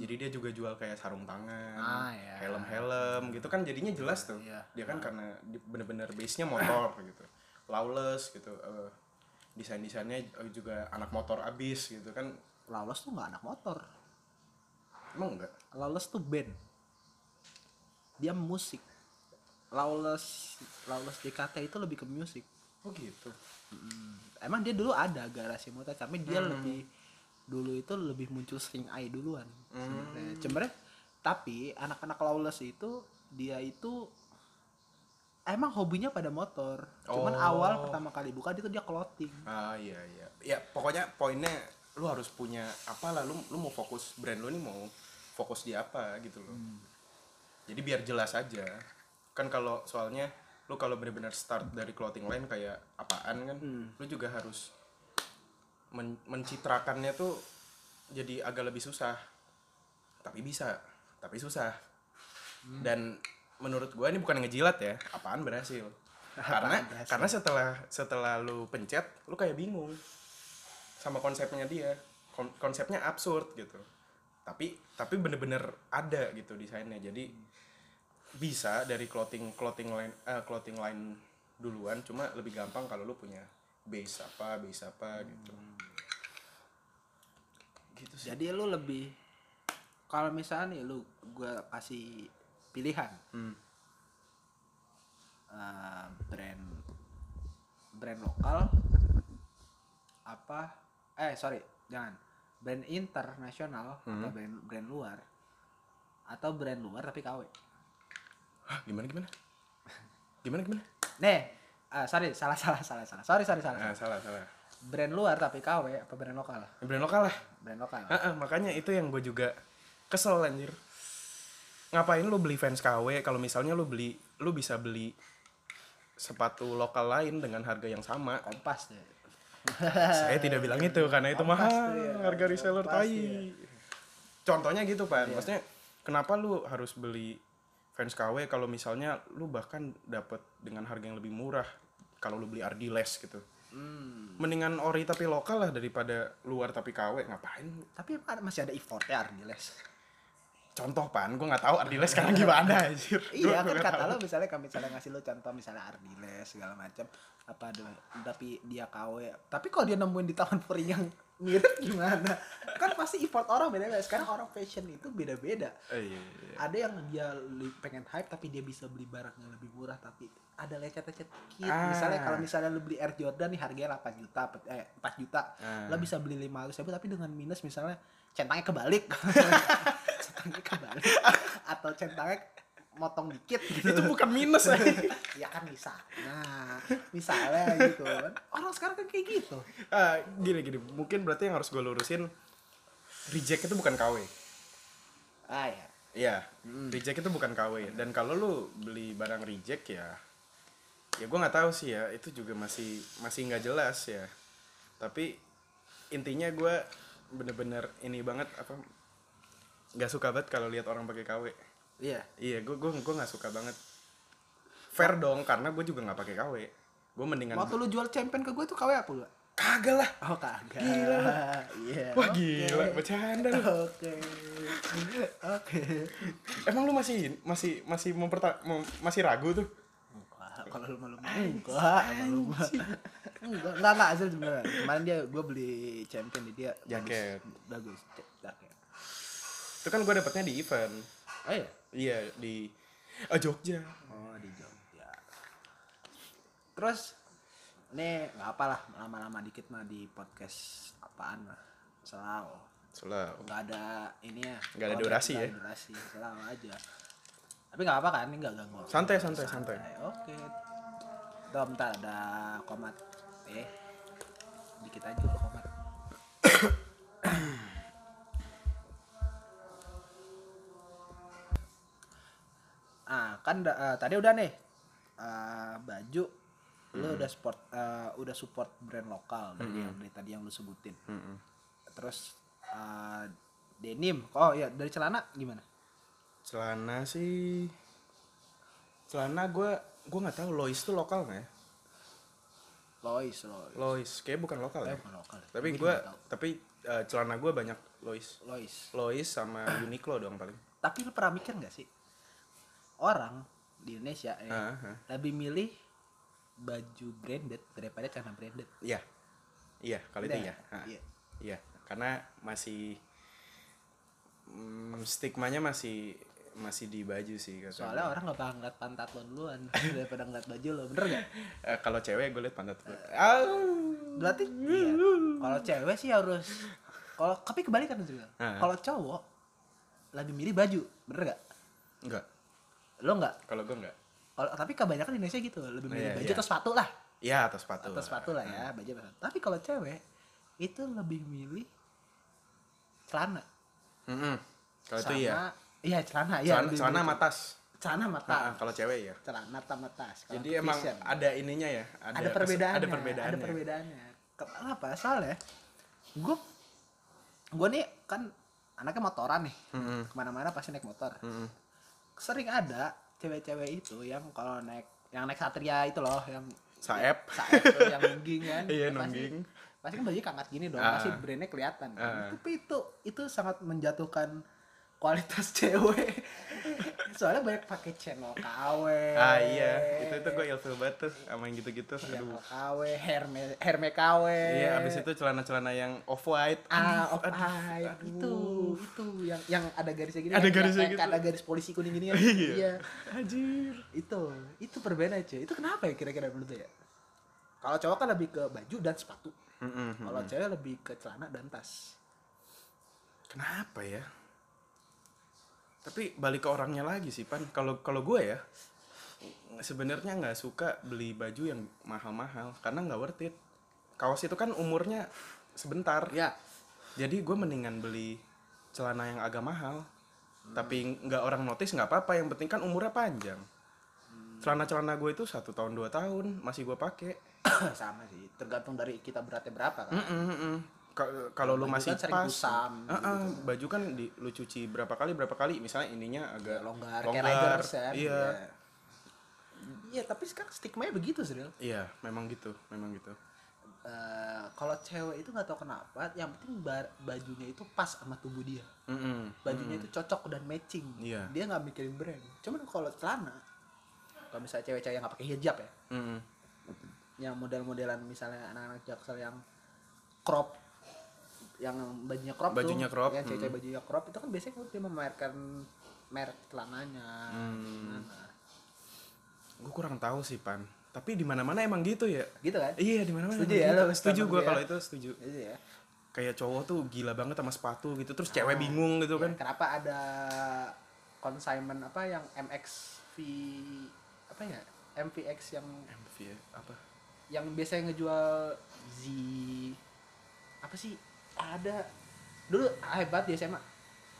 B: jadi dia juga jual kayak sarung tangan,
A: Ah, ya.
B: helm-helm gitu kan jadinya jelas tuh.
A: Iya.
B: Dia kan karena di- bener-bener base-nya motor gitu, lawless gitu. eh, Desain-desainnya eh, juga anak motor abis gitu kan,
A: Lawless tuh nggak anak motor.
B: emang enggak?
A: Lawless tuh band. Dia musik. Lawless Lawless DKT itu lebih ke musik.
B: Oh gitu.
A: Emang dia dulu ada garasi motor, tapi dia lebih dulu itu lebih muncul sing eye duluan. sebenarnya. Sebenarnya, tapi anak-anak lawless itu dia itu emang hobinya pada motor. Cuman
B: Oh.
A: awal pertama kali buka itu dia clothing.
B: Ah iya iya. Ya pokoknya poinnya lu harus punya apa lah lu lu mau fokus brand lu nih mau fokus di apa gitu loh. Jadi biar jelas aja. Kan kalau soalnya lu kalau benar-benar start dari clothing line kayak apaan kan, lu juga harus men- mencitrakannya tuh jadi agak lebih susah. Tapi bisa, tapi susah. Dan menurut gua ini bukan ngejilat ya, apaan berhasil. Karena
A: berhasil.
B: karena setelah setelah lu pencet, lu kayak bingung sama konsepnya dia. Kon- konsepnya absurd gitu. Tapi tapi bener-bener ada gitu desainnya. Jadi bisa dari clothing clothing line eh, clothing line duluan cuma lebih gampang kalau lu punya base apa base apa gitu gitu sih
A: Jadi lu lebih kalau misalnya nih lu gua kasih pilihan
B: Hmm.
A: eh, brand brand lokal apa eh sorry jangan brand internasional atau brand brand luar atau brand luar tapi KW.
B: Hah, gimana gimana gimana gimana
A: Nih, ah, sorry salah salah salah salah. Sorry sorry salah.
B: nah, salah salah
A: Brand luar tapi KW apa brand lokal?
B: brand lokal lah
A: Brand lokal.
B: Ah, ah, makanya itu yang gue juga kesel anjir ngapain lu beli fans KW kalau misalnya lu beli lu bisa beli sepatu lokal lain dengan harga yang sama
A: Kompas deh.
B: saya tidak bilang itu karena itu
A: Kompas
B: mahal
A: tuh ya, Iya.
B: harga reseller
A: kompas
B: tai
A: tuh
B: contohnya gitu pan maksudnya kenapa lu harus beli fans KW kalau misalnya lu bahkan dapat dengan harga yang lebih murah kalau lu beli Ardiles gitu
A: Hmm.
B: mendingan ori tapi lokal lah daripada luar tapi KW ngapain
A: Tapi emang ada- masih ada effortnya Ardiles.
B: contoh pan gue nggak tahu Ardiles sekarang gimana anjir
A: iya kan kata lo misalnya kalau misalnya ngasih lo contoh misalnya Ardiles segala macam apa ada- tapi dia KW tapi kalau dia nemuin di tangan pering yang mirip gimana kan pasti effort orang beda-beda sekarang orang fashion itu beda-beda
B: Eh, iya, iya, iya.
A: ada yang dia li- pengen hype tapi dia bisa beli barang yang lebih murah tapi ada lecet-lecet dikit
B: Ah.
A: misalnya kalau misalnya lu beli Air Jordan nih harganya 8 juta pe- eh 4 juta
B: Ah.
A: lo bisa beli 500 ribu tapi dengan minus misalnya centangnya kebalik centangnya kebalik atau centangnya motong dikit gitu
B: itu bukan minus anjir.
A: ya kan bisa nah misalnya gitu kan orang sekarang kan kayak gitu
B: Ah, gini gini mungkin berarti yang harus gue lurusin reject itu bukan KW.
A: ah ya
B: Iya, reject itu bukan KW. Dan kalau lu beli barang reject ya, ya gue nggak tahu sih ya. Itu juga masih masih nggak jelas ya. Tapi intinya gue bener-bener ini banget apa nggak suka banget kalau lihat orang pakai KW.
A: iya
B: Iya, gue gue gue nggak suka banget. Fair dong, karena gue juga nggak pakai KW. Gue mendingan
A: waktu lu jual champion ke gue tuh KW apa gak?
B: kagak lah.
A: Oh kagak.
B: Gila.
A: Iya. oke.
B: Wah gila, bercanda lu.
A: Oke. Oke.
B: Emang lu masih masih masih memperta mem- masih ragu tuh?
A: Wah, Kalau lu malu enggak, malu enggak, enggak enggak asli sebenarnya. Kemarin dia gue beli champion di dia
B: Jaket.
A: bagus, bagus. jaket.
B: Itu kan gue dapetnya di event.
A: Oh iya.
B: Iya di eh, Jogja.
A: Oh di Jogja. Terus nih nggak apalah lama-lama dikit mah di podcast apaan mah selalu
B: Selalu.
A: nggak ada ini ya
B: Nggak ada durasi ya.
A: durasi selalu aja tapi nggak apa kan ini nggak ganggu
B: Santai santai santai.
A: Nah, oke Dom, bentar ada komat eh dikit aja lah komat ah kan da- eh, tadi udah nih eh, baju lu udah support eh, udah support brand lokal dari yang dari tadi yang lu sebutin terus eh, denim oh ya dari celana gimana
B: Celana sih celana gue gue nggak tahu Lois tuh lokal nggak ya?
A: Lois Lois
B: Lois kayak bukan lokal
A: Eh,
B: ya.
A: bukan lokal Gua
B: Tapi gue
A: juga nggak
B: tapi eh, celana gue banyak Lois.
A: tahu. Lois
B: Lois sama Uniqlo doang paling.
A: tapi lu pernah mikir nggak sih orang di Indonesia ya,
B: Ah, ah.
A: lebih milih baju branded daripada celana branded
B: Iya. Iya, kalau itu
A: Udah,
B: iya. Ah.
A: iya.
B: Iya, karena masih mm, stigmanya masih masih di baju sih katanya.
A: soalnya orang nggak bakal ngeliat pantat lo duluan daripada ngeliat baju lo bener nggak
B: Eh, kalau cewek gue liat pantat gue. Au.
A: berarti iya. kalau cewek sih harus kalau tapi kebalikan juga
B: Ah.
A: kalau cowok lebih milih baju bener nggak
B: Enggak.
A: lo nggak
B: Kalau gue enggak.
A: kalau tapi kebanyakan di Indonesia gitu lebih milih
B: Iya,
A: baju
B: iya. Ah.
A: atau sepatu lah
B: Ya atas sepatu.
A: atau sepatu lah ya baju atau sepatu. tapi kalau cewek itu lebih milih celana
B: Mm-mm. Kalau itu
A: sama
B: iya.
A: iya celana iya
B: Celana,
A: lebih
B: celana
A: milih
B: sama tas.
A: celana. celana mata
B: Ah, ah, kalau cewek ya.
A: celana sama tas Kalau
B: Jadi
A: ke
B: emang
A: fashion,
B: ada ininya ya. Ada,
A: ada
B: kes-
A: perbedaannya
B: Ada perbedaannya.
A: ada perbedaannya kenapa soalnya gue gue ya, nih kan anaknya motoran nih
B: Mm-mm.
A: kemana-mana pasti naik motor
B: Mm-mm.
A: sering ada cewek-cewek itu yang kalau naik yang naik satria itu loh yang
B: Saep.
A: saep tuh, yang nungging kan Pasti-
B: Iya, nungging.
A: pasti kan bajunya kangkat gini dong
B: Ah.
A: pasti brandnya kelihatan kan.
B: Ah.
A: tapi itu itu sangat menjatuhkan kualitas cewek soalnya banyak pakai channel KW
B: Ah iya, itu itu gue ilfil banget tuh sama yang gitu-gitu. Aduh.
A: channel KW Herme Herme KW
B: Iya, abis itu celana-celana yang off white.
A: ah of eye itu itu yang yang ada garisnya gini
B: Ada
A: yang-
B: garisnya
A: yang-
B: gitu.
A: ada garis polisi kuning gini kan
B: Iya.
A: iya
B: Anjir.
A: itu itu perbedaan cuy itu kenapa ya kira-kira menurut lu ya kalau cowok kan lebih ke baju dan sepatu
B: Mm-mm.
A: kalau cewek lebih ke celana dan tas
B: Kenapa ya? Tapi balik ke orangnya lagi sih, Pan. Kalau kalau gue ya sebenarnya nggak suka beli baju yang mahal-mahal karena nggak worth it. Kaos itu kan umurnya sebentar.
A: ya
B: Jadi gue mendingan beli celana yang agak mahal. Tapi nggak orang notice nggak apa-apa. Yang penting kan umurnya panjang. Celana-celana gue itu satu tahun dua tahun masih gue pakai.
A: sama sih tergantung dari kita beratnya berapa kan
B: Mm-mm, mm-mm. Ka- Kalau lu
A: Baju
B: masih
A: kan sering
B: pas,
A: kusam,
B: Heeh, baju kan di, lu cuci berapa kali berapa kali, misalnya ininya agak
A: Ya, longgar, kayak riders ya
B: Iya,
A: iya tapi sekarang stigmanya begitu sih
B: iya, memang gitu, memang gitu.
A: Eh, kalau cewek itu nggak tahu kenapa yang penting bar- bajunya itu pas sama tubuh dia
B: Mm-mm.
A: bajunya itu cocok dan matching
B: Hmm. Iya.
A: dia nggak mikirin brand cuman kalau celana kalau misalnya cewek-cewek yang nggak pakai hijab ya
B: Mm-mm.
A: yang model-modelan misalnya anak-anak jaksel yang crop yang bajunya crop
B: Bajunya
A: tuh,
B: crop,
A: yang cewek-cewek
B: mm.
A: bajunya crop itu kan biasanya dia memamerkan merek celananya Nah,
B: Hmm.
A: gimana.
B: Gue kurang tahu sih pan, tapi di mana-mana emang gitu ya.
A: gitu kan
B: Iya, di mana-mana.
A: Setuju
B: emang
A: ya, lu
B: gitu. Setuju
A: sama
B: gue
A: gue ya.
B: kalau itu setuju.
A: Gitu ya
B: Kayak cowok tuh gila banget sama sepatu gitu, terus cewek
A: Ah,
B: bingung gitu kan.
A: Iya, kenapa ada consignment apa yang MXV apa ya MVX yang
B: MV ya, apa?
A: yang biasanya ngejual Z apa sih ada dulu hebat di SMA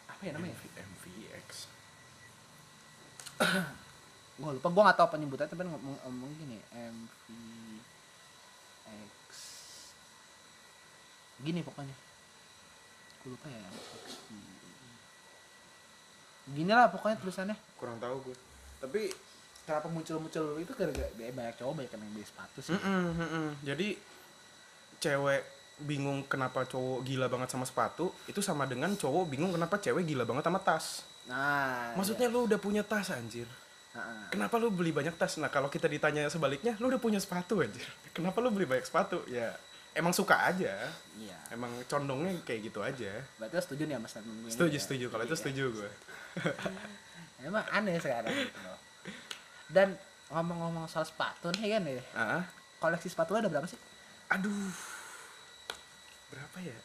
A: apa ya namanya
B: MVX
A: gue lupa gue gak tau penyebutannya tapi ngomong, ngomong gini MVX gini pokoknya gue lupa ya MVX gini lah pokoknya tulisannya
B: kurang tahu gue tapi
A: kenapa muncul-muncul itu gara-gara eh, banyak cowok banyak yang beli sepatu sih
B: Mm-mm, mm-mm. jadi cewek bingung kenapa cowok gila banget sama sepatu itu sama dengan cowok bingung kenapa cewek gila banget sama tas
A: nah
B: maksudnya lu udah punya tas anjir
A: iya. Ah, ah.
B: kenapa lu beli banyak tas nah kalau kita ditanya sebaliknya lu udah punya sepatu anjir kenapa lu beli banyak sepatu ya emang suka aja
A: iya
B: emang condongnya kayak gitu aja
A: berarti lo setuju nih sama statement gue ini
B: setuju
A: ya?
B: setuju kalau itu
A: Iya.
B: setuju gue
A: emang aneh sekarang gitu loh dan ngomong-ngomong soal sepatu nih kan ya
B: ah
A: koleksi sepatu lo ada berapa sih
B: aduh berapa ya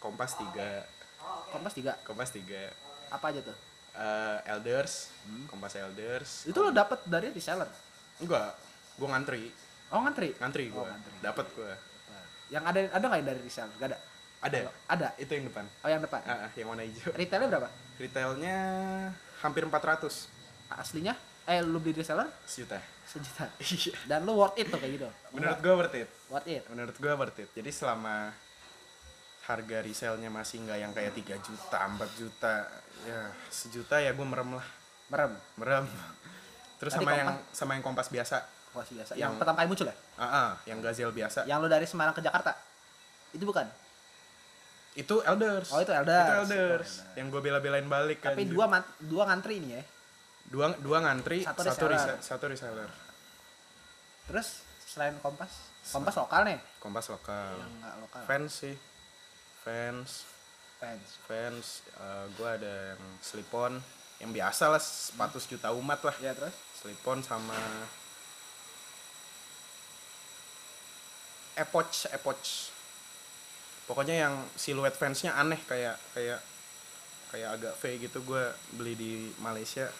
B: kompas tiga
A: kompas tiga
B: kompas tiga
A: apa aja tuh
B: Eh, elders kompas elders
A: itu lo dapat dari reseller
B: enggak gue ngantri
A: oh ngantri
B: ngantri
A: Oh,
B: gue
A: ngantri.
B: dapat gue
A: yang ada ada nggak yang dari reseller gak ada
B: ada
A: ada
B: Nah, itu yang depan
A: oh yang depan
B: Ah, ah, yang warna hijau
A: retailnya berapa
B: retailnya hampir 400
A: aslinya eh lu beli reseller
B: sejuta
A: sejuta
B: iya
A: dan lu worth it tuh kayak gitu
B: menurut gue worth it
A: worth it
B: menurut gue worth it jadi selama harga resellnya masih nggak yang kayak 3 juta 4 juta ya sejuta ya gue merem lah
A: merem
B: merem terus
A: Tadi
B: sama
A: kompas.
B: yang sama yang kompas biasa
A: koleksi biasa yang,
B: Yang-
A: pertama kali muncul ya
B: ah ah, yang gazel biasa
A: yang lu dari Semarang ke Jakarta itu bukan
B: Iya, itu elders
A: Oh, itu Elders.
B: itu elders
A: Oh, Elders.
B: yang gue bela-belain balik
A: tapi
B: anjir.
A: dua man- dua ngantri ini ya
B: dua dua ngantri
A: Satu
B: satu,
A: reseller.
B: reseller. satu reseller
A: terus selain kompas kompas lokal nih
B: kompas lokal
A: yang nggak lokal
B: fans sih fans
A: fans
B: fans gue ada yang slip on yang biasa lah sepatu juta umat lah
A: ya terus
B: slip on sama epoch epoch pokoknya yang siluet fansnya aneh kayak kayak kayak agak V gitu gue beli di Malaysia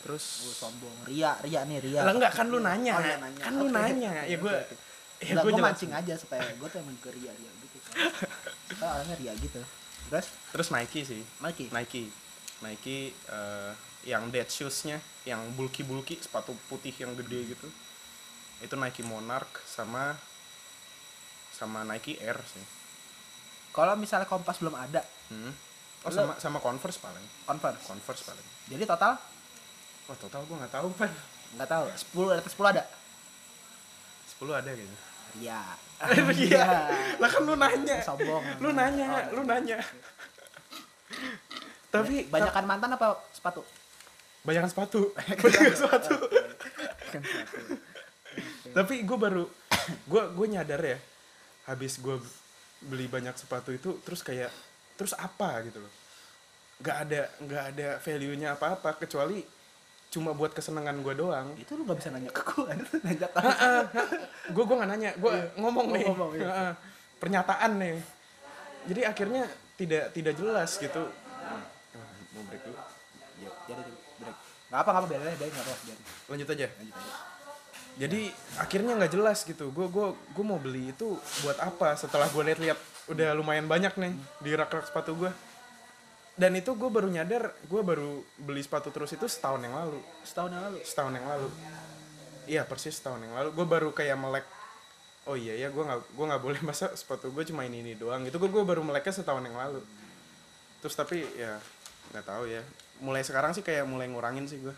A: Lu
B: terus
A: sombong Ria Ria nih Ria
B: Oh, Lah, enggak, kan lu nanya.
A: Oh, iya, nanya.
B: Kan lu
A: Oke,
B: nanya.
A: oke,
B: Ya,
A: oke,
B: gua-
A: oke.
B: ya,
A: Enggak,
B: gua
A: gua
B: jelasin.
A: mancing aja supaya gue tuh emang ke Ria Ria gitu kan Soalnya orangnya Ria gitu terus
B: terus Nike sih
A: Maki
B: Nike Nike eh, yang dead shoes-nya yang bulky bulky sepatu putih yang gede gitu itu Nike Monarch sama sama Nike Air sih
A: kalau misalnya kompas belum ada
B: Hmm. Oh
A: Lu-
B: sama sama Converse paling.
A: converse
B: Converse paling.
A: jadi total
B: Wah total gue nggak tahu pan.
A: nggak tahu 10 ada 10 ada
B: 10 ada kayaknya.
A: Ria
B: Iya. lah kan lu nanya.
A: Lu sombong.
B: Lu nanya, lu nanya. Tapi Iya. banyak
A: banyakan kan mantan apa sepatu
B: banyak sepatu. Banyak sepatu.
A: Kan sepatu. Iya.
B: Tapi gue baru gue gue nyadar ya habis gue beli banyak sepatu itu terus kayak terus apa gitu loh. Nggak ada nggak ada value-nya apa-apa kecuali cuma buat kesenangan gue doang.
A: itu lu nggak bisa nanya ke gue nanya ke
B: gue gue nggak nanya gue ngomong
A: Gua
B: nih
A: ngomong, iya.
B: Heeh. pernyataan nih jadi akhirnya tidak tidak jelas gitu mau break dulu
A: Ya, jadi break. Nggak apa nggak apa biarin aja, biarin nggak apa biarin.
B: lanjut aja
A: Lanjut aja.
B: jadi akhirnya nggak jelas gitu gue gue gue mau beli itu buat apa setelah gue lihat-lihat udah lumayan banyak nih di rak-rak sepatu gue dan itu gue baru nyadar gue baru beli sepatu terus itu setahun yang lalu
A: Setahun yang lalu.
B: setahun yang lalu iya persis setahun yang lalu gue baru kayak melek oh iya ya gue nggak gue nggak boleh masa sepatu gue cuma ini ini doang itu gue baru meleknya setahun yang lalu terus tapi ya nggak tahu ya mulai sekarang sih kayak mulai ngurangin sih gue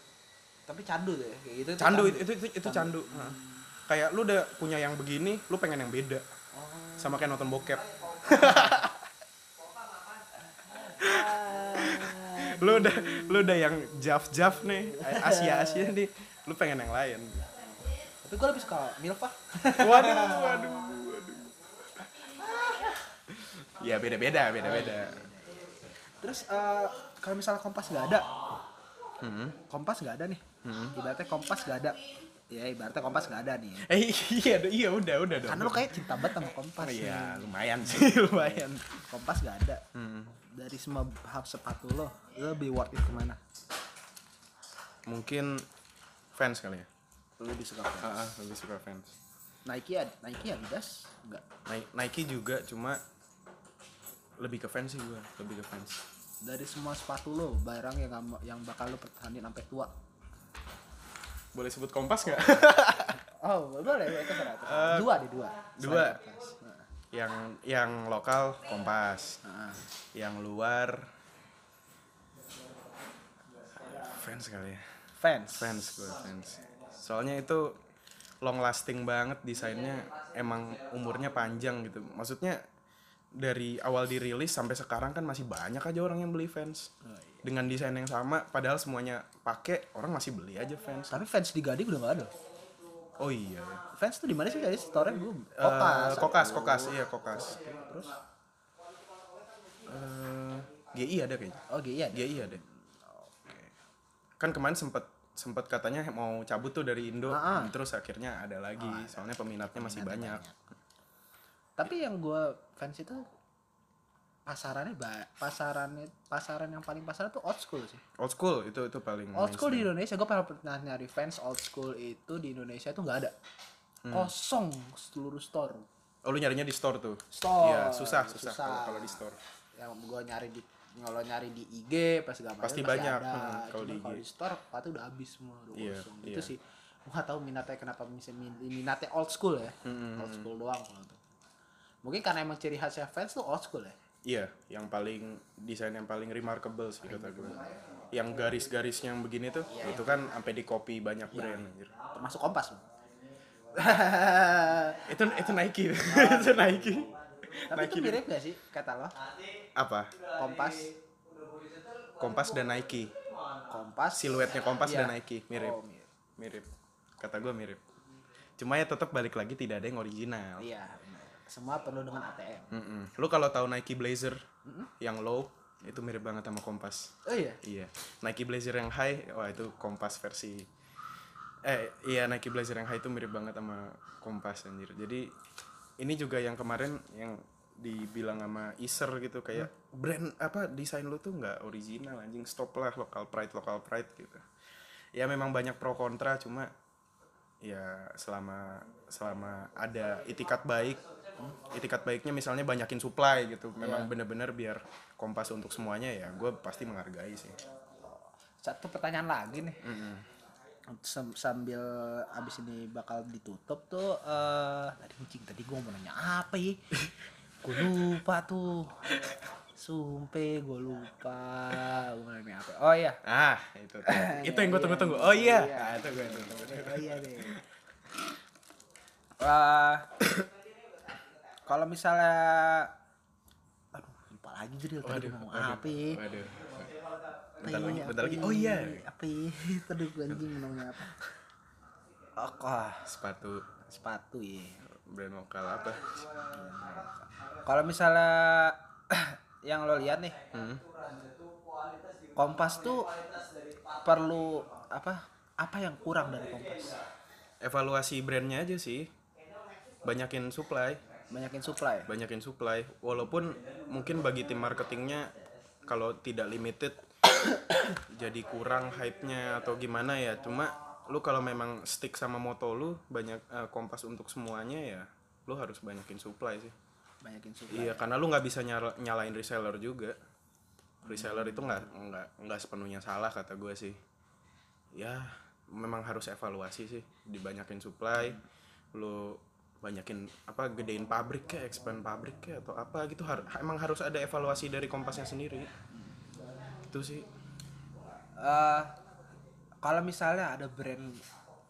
A: Tapi candu tuh ya, kayak gitu. tuh
B: candu itu itu itu, itu candu, Heeh. kayak lu udah punya yang begini lu pengen yang beda sama kayak nonton bokep lu udah lu udah yang jaf jaf nih Asia Asia nih lu pengen yang lain
A: Tapi gue lebih suka milf ah.
B: waduh waduh waduh ya beda beda beda beda
A: Terus eh, kalau misalnya kompas nggak ada, Hmm. kompas nggak ada nih. Ibaratnya kompas nggak ada. Ya ibaratnya kompas nggak ada nih.
B: eh iya iya udah udah dong
A: Karena lu kayak cinta banget sama kompas.
B: iya lumayan sih lumayan
A: Kompas nggak ada. Dari semua hal sepatu lo, lo lebih worth it kemana?
B: mungkin fans ya? kali ya
A: Lo lebih suka apa?
B: ah lebih suka fans
A: Nike ad Nike Adidas enggak
B: Ni- Nike juga cuma lebih ke fans sih gue lebih ke fans
A: dari semua sepatu lo barang yang kamu- yang bakal lo pertahanin sampai tua
B: boleh sebut kompas nggak
A: oh boleh boleh terserah, terserah. Eh, dua deh dua Selain
B: dua.
A: kertas. Nah,
B: yang yang lokal kompas
A: nah.
B: yang luar fans kali ya
A: fans
B: fans gue fans soalnya itu long lasting banget desainnya emang umurnya panjang gitu maksudnya dari awal dirilis sampai sekarang kan masih banyak aja orang yang beli fans
A: Oh, iya.
B: dengan desain yang sama padahal semuanya pakai orang masih beli aja fans
A: tapi fans di Gading udah gak ada
B: oh iya
A: fans tuh di mana sih guys store belum
B: Eh, kokas kokas iya kokas
A: terus
B: Eh, GI ada kayaknya
A: oh iya
B: Ya iya deh. Kan kemarin sempat sempat katanya mau cabut tuh dari Indo,
A: Ah, Oh, ah.
B: terus akhirnya ada lagi. Soalnya peminatnya masih banyak.
A: tapi yang gue fans itu pasarannya ba- pasarannya pasaran yang paling pasaran tuh old school sih
B: Old school itu itu paling.
A: old school di
B: Hmm,
A: Indonesia
B: mainstream.
A: gue pernah pernah nyari fans old school itu di Indonesia itu nggak ada kosong seluruh store
B: Oh lu nyarinya di store tuh?
A: Store,
B: Iya susah susah,
A: susah.
B: kalau kalau di store.
A: yang gue nyari di kalau nyari di IG pas segala macam
B: Pasti
A: masih
B: banyak,
A: ada.
B: hmm, kalau
A: Cuman
B: di
A: kalau
B: IG.
A: di store sepatu udah habis semua udah
B: Iya,
A: kosong itu
B: iya.
A: sih gua nggak tahu minatnya kenapa bisa min- minatnya old school ya
B: Hmm.
A: old school doang kalau tuh mungkin karena emang ciri khasnya fans tuh old school ya
B: Iya, yang paling desain yang paling remarkable sih kata gue. Yang garis-garisnya yang begini tuh,
A: Iya,
B: itu kan sampai di copy banyak brand anjir.
A: termasuk kompas Bang.
B: Itu itu Nike. itu Nike.
A: Ah. tapi itu mirip gak sih kata lo
B: Apa?
A: kompas
B: Kompas dan Nike.
A: kompas
B: Siluetnya Kompas
A: Iya.
B: dan Nike mirip.
A: Oh, mirip.
B: mirip kata gue mirip cuma ya tetap balik lagi tidak ada yang original
A: iya benar. semua penuh dengan ATM
B: Mm-mm. lu kalau tahu Nike Blazer yang low itu mirip banget sama kompas
A: oh iya
B: iya Nike Blazer yang high wah itu kompas versi eh iya Nike Blazer yang high itu mirip banget sama kompas anjir jadi ini juga yang kemarin yang dibilang sama Iser gitu kayak brand apa desain lu tuh nggak original anjing stop lah lokal pride lokal pride gitu ya memang banyak pro kontra cuma ya selama selama ada itikat baik itikat baiknya misalnya banyakin supply gitu memang bener-bener biar kompas untuk semuanya ya gue pasti menghargai sih
A: satu pertanyaan lagi nih Sem- sambil abis ini bakal ditutup tuh eh tadi kucing tadi gue mau nanya apa ya gue lupa tuh sumpe gue lupa gue mau nanya apa oh iya
B: ah itu tuh. itu yang gue tunggu-tunggu oh iya nah, itu gue tunggu
A: oh iya deh Eh, kalau misalnya aduh lupa lagi jadi tadi gua ngomong apa ya
B: waduh
A: Apa
B: bentar
A: ya,
B: lagi
A: apa
B: bentar lagi
A: ya,
B: oh iya
A: apa ya? tadi gue anjing mau nanya apa oh kok
B: sepatu
A: sepatu ya
B: brand lokal apa
A: kalau misalnya yang lo lihat nih
B: Hmm.
A: kompas tuh perlu apa apa yang kurang dari kompas
B: evaluasi brandnya aja sih banyakin supply
A: banyakin supply
B: banyakin supply walaupun mungkin bagi tim marketingnya kalau tidak limited jadi kurang hype-nya atau gimana ya cuma lu kalau memang stick sama moto lu banyak eh, kompas untuk semuanya ya lu harus banyakin supply sih
A: banyakin supply
B: iya karena lu nggak bisa nyala- nyalain reseller juga reseller itu nggak nggak nggak sepenuhnya salah kata gue sih ya memang harus evaluasi sih dibanyakin supply lu banyakin apa gedein pabrik kayak expand pabrik kayak atau apa gitu har- emang harus ada evaluasi dari kompasnya sendiri itu sih
A: Eh, kalau misalnya ada brand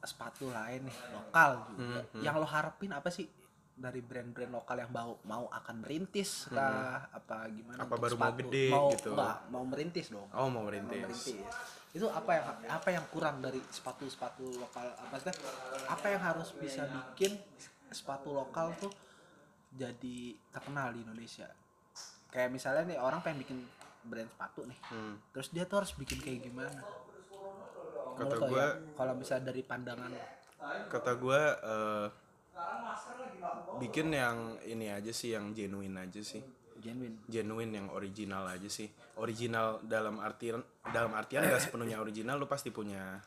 A: sepatu lain nih lokal
B: Hmm,
A: juga yang lo harapin apa sih dari brand-brand lokal yang mau mau akan merintis lah apa gimana
B: Hmm, Apa
A: untuk
B: baru mau gede
A: mau,
B: gitu.
A: enggak, mau merintis dong
B: oh mau
A: Mau
B: merintis
A: merintis. itu apa yang apa yang kurang dari sepatu-sepatu lokal apa sih apa yang harus bisa bikin sepatu lokal tuh jadi terkenal di Indonesia kayak misalnya nih orang pengen bikin brand sepatu nih
B: Hmm.
A: terus dia tuh harus bikin kayak gimana
B: kata
A: Menurut lo
B: gue
A: ya, kalau misalnya dari pandangan lo.
B: kata gue eh, bikin yang ini aja sih yang genuine aja sih
A: genuine
B: genuine yang original aja sih original dalam artian dalam artian gak sepenuhnya original lu pasti punya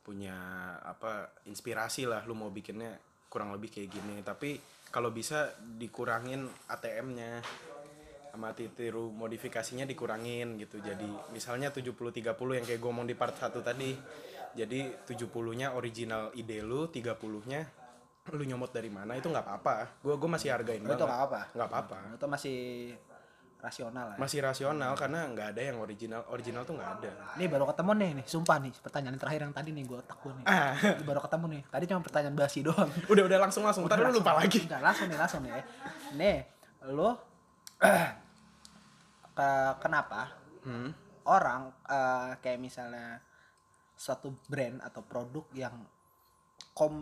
B: punya apa inspirasi lah lu mau bikinnya kurang lebih kayak gini tapi kalau bisa dikurangin ATM-nya sama tiru modifikasinya dikurangin gitu jadi misalnya 70-30 yang kayak gue omong di part 1 tadi jadi 70-nya original ide lu 30-nya lu nyomot dari mana itu nggak apa-apa gue gue masih hargain
A: Lu
B: banget
A: tuh nggak apa-apa?
B: nggak apa-apa
A: Itu masih rasional lah. ya.
B: masih rasional karena nggak ada yang original original tuh nggak ada
A: Nih baru ketemu nih, nih sumpah nih pertanyaan terakhir yang tadi nih gue otak gue nih.
B: Ah.
A: Ini baru ketemu nih. Tadi cuma pertanyaan basi doang.
B: udah udah langsung langsung ntar lu
A: Langsung,
B: lupa lagi
A: Enggak, langsung nih, langsung nih. Nih, lu ke- kenapa
B: hmm.
A: orang eh, kayak misalnya suatu brand atau produk yang kom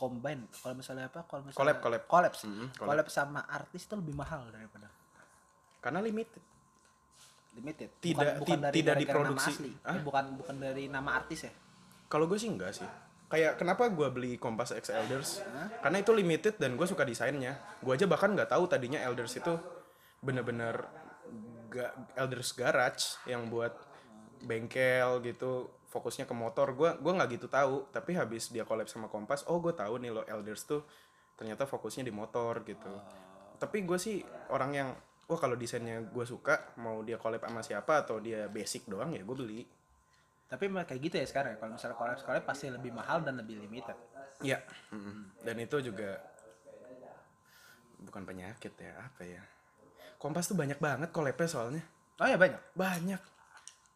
A: combine kalau misalnya apa kalau misalnya
B: Collab, collab.
A: collabs.
B: Mm, collab.
A: Collab sama artis itu lebih mahal daripada
B: karena limited
A: limited Bukan-
B: Tidak-
A: bukan,
B: ti-
A: dari
B: tidak
A: gara-gara nama
B: diproduksi.
A: asli.
B: Hah?
A: Eh, bukan bukan dari nama artis ya
B: Kalau gue sih enggak sih. Kayak kenapa gue beli Kompas X Elders? Karena itu limited dan gue suka desainnya. Gue aja bahkan nggak tahu tadinya Elders itu bener-bener ga- Elders Garage yang buat bengkel gitu fokusnya ke motor gue gua nggak gitu tahu tapi habis dia collab sama Kompas oh gue tahu nih lo Elders tuh ternyata fokusnya di motor gitu tapi gue sih orang yang wah kalau desainnya gue suka mau dia collab sama siapa atau dia basic doang ya gue beli
A: tapi emang kayak gitu ya sekarang ya, kalau misalnya collabs collab pasti lebih mahal dan lebih limited
B: Ya, dan itu juga bukan penyakit ya, apa ya? Kompas tuh banyak banget collab-nya soalnya.
A: oh ya banyak
B: Banyak.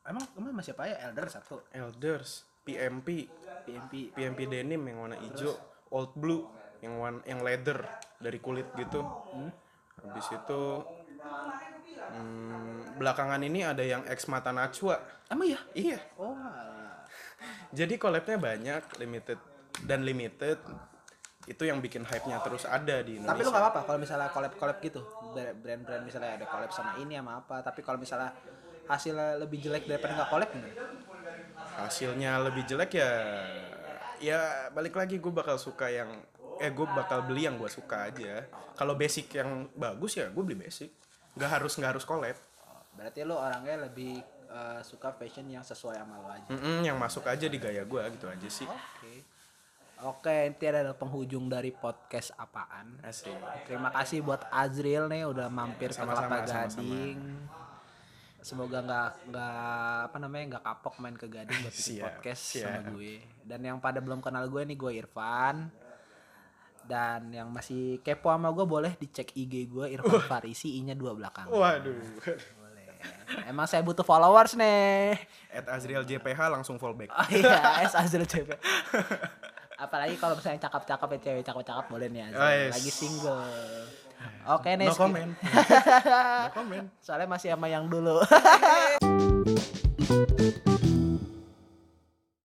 A: emang emang masih apa ya elder satu
B: Elders, PMP,
A: PMP
B: PMP denim yang warna hijau, Old Blue yang warna yang leather dari kulit gitu. Habis itu hmm, belakangan ini ada yang ex mata Najwa.
A: emang ya
B: Iya,
A: oh alah.
B: Jadi collabnya banyak, limited dan limited itu yang bikin hype-nya terus ada di Indonesia.
A: tapi lu gak apa-apa kalau misalnya collab collab gitu Ber- brand-brand misalnya ada collab sama ini sama apa tapi kalau misalnya hasilnya lebih jelek daripada nggak collab gimana?
B: hasilnya lebih jelek ya ya balik lagi gue bakal suka yang eh gue bakal beli yang gue suka aja kalau basic yang bagus ya gue beli basic nggak harus nggak harus collab
A: Oh, berarti lu orangnya lebih eh, suka fashion yang sesuai sama lu aja
B: Mm-mm, yang masuk aja di gaya gue gitu aja sih
A: oke oke ini adalah penghujung dari podcast apaan
B: asik
A: Terima kasih buat Azril nih udah mampir
B: Iya,
A: ke
B: Sama-sama,
A: Kelapa
B: sama-sama.
A: Gading. Semoga nggak nggak apa namanya nggak kapok main ke Gading buat bikin
B: Siap,
A: podcast sama
B: siap.
A: gue. Dan yang pada belum kenal gue nih gue Irfan. Dan yang masih kepo sama gue boleh dicek IG gue Irfan Farisi I-nya dua belakang.
B: waduh
A: Boleh. Emang saya butuh followers nih.
B: at Azriel JPH langsung fallback
A: Oh iya, S Azril cewek. Apalagi kalau misalnya cakep-cakep ya cewek cakep-cakep boleh nih Azril.
B: Oh, yes.
A: Lagi single. Oke nih.
B: no
A: sek-
B: comment no comment
A: kan? Soalnya masih sama yang dulu.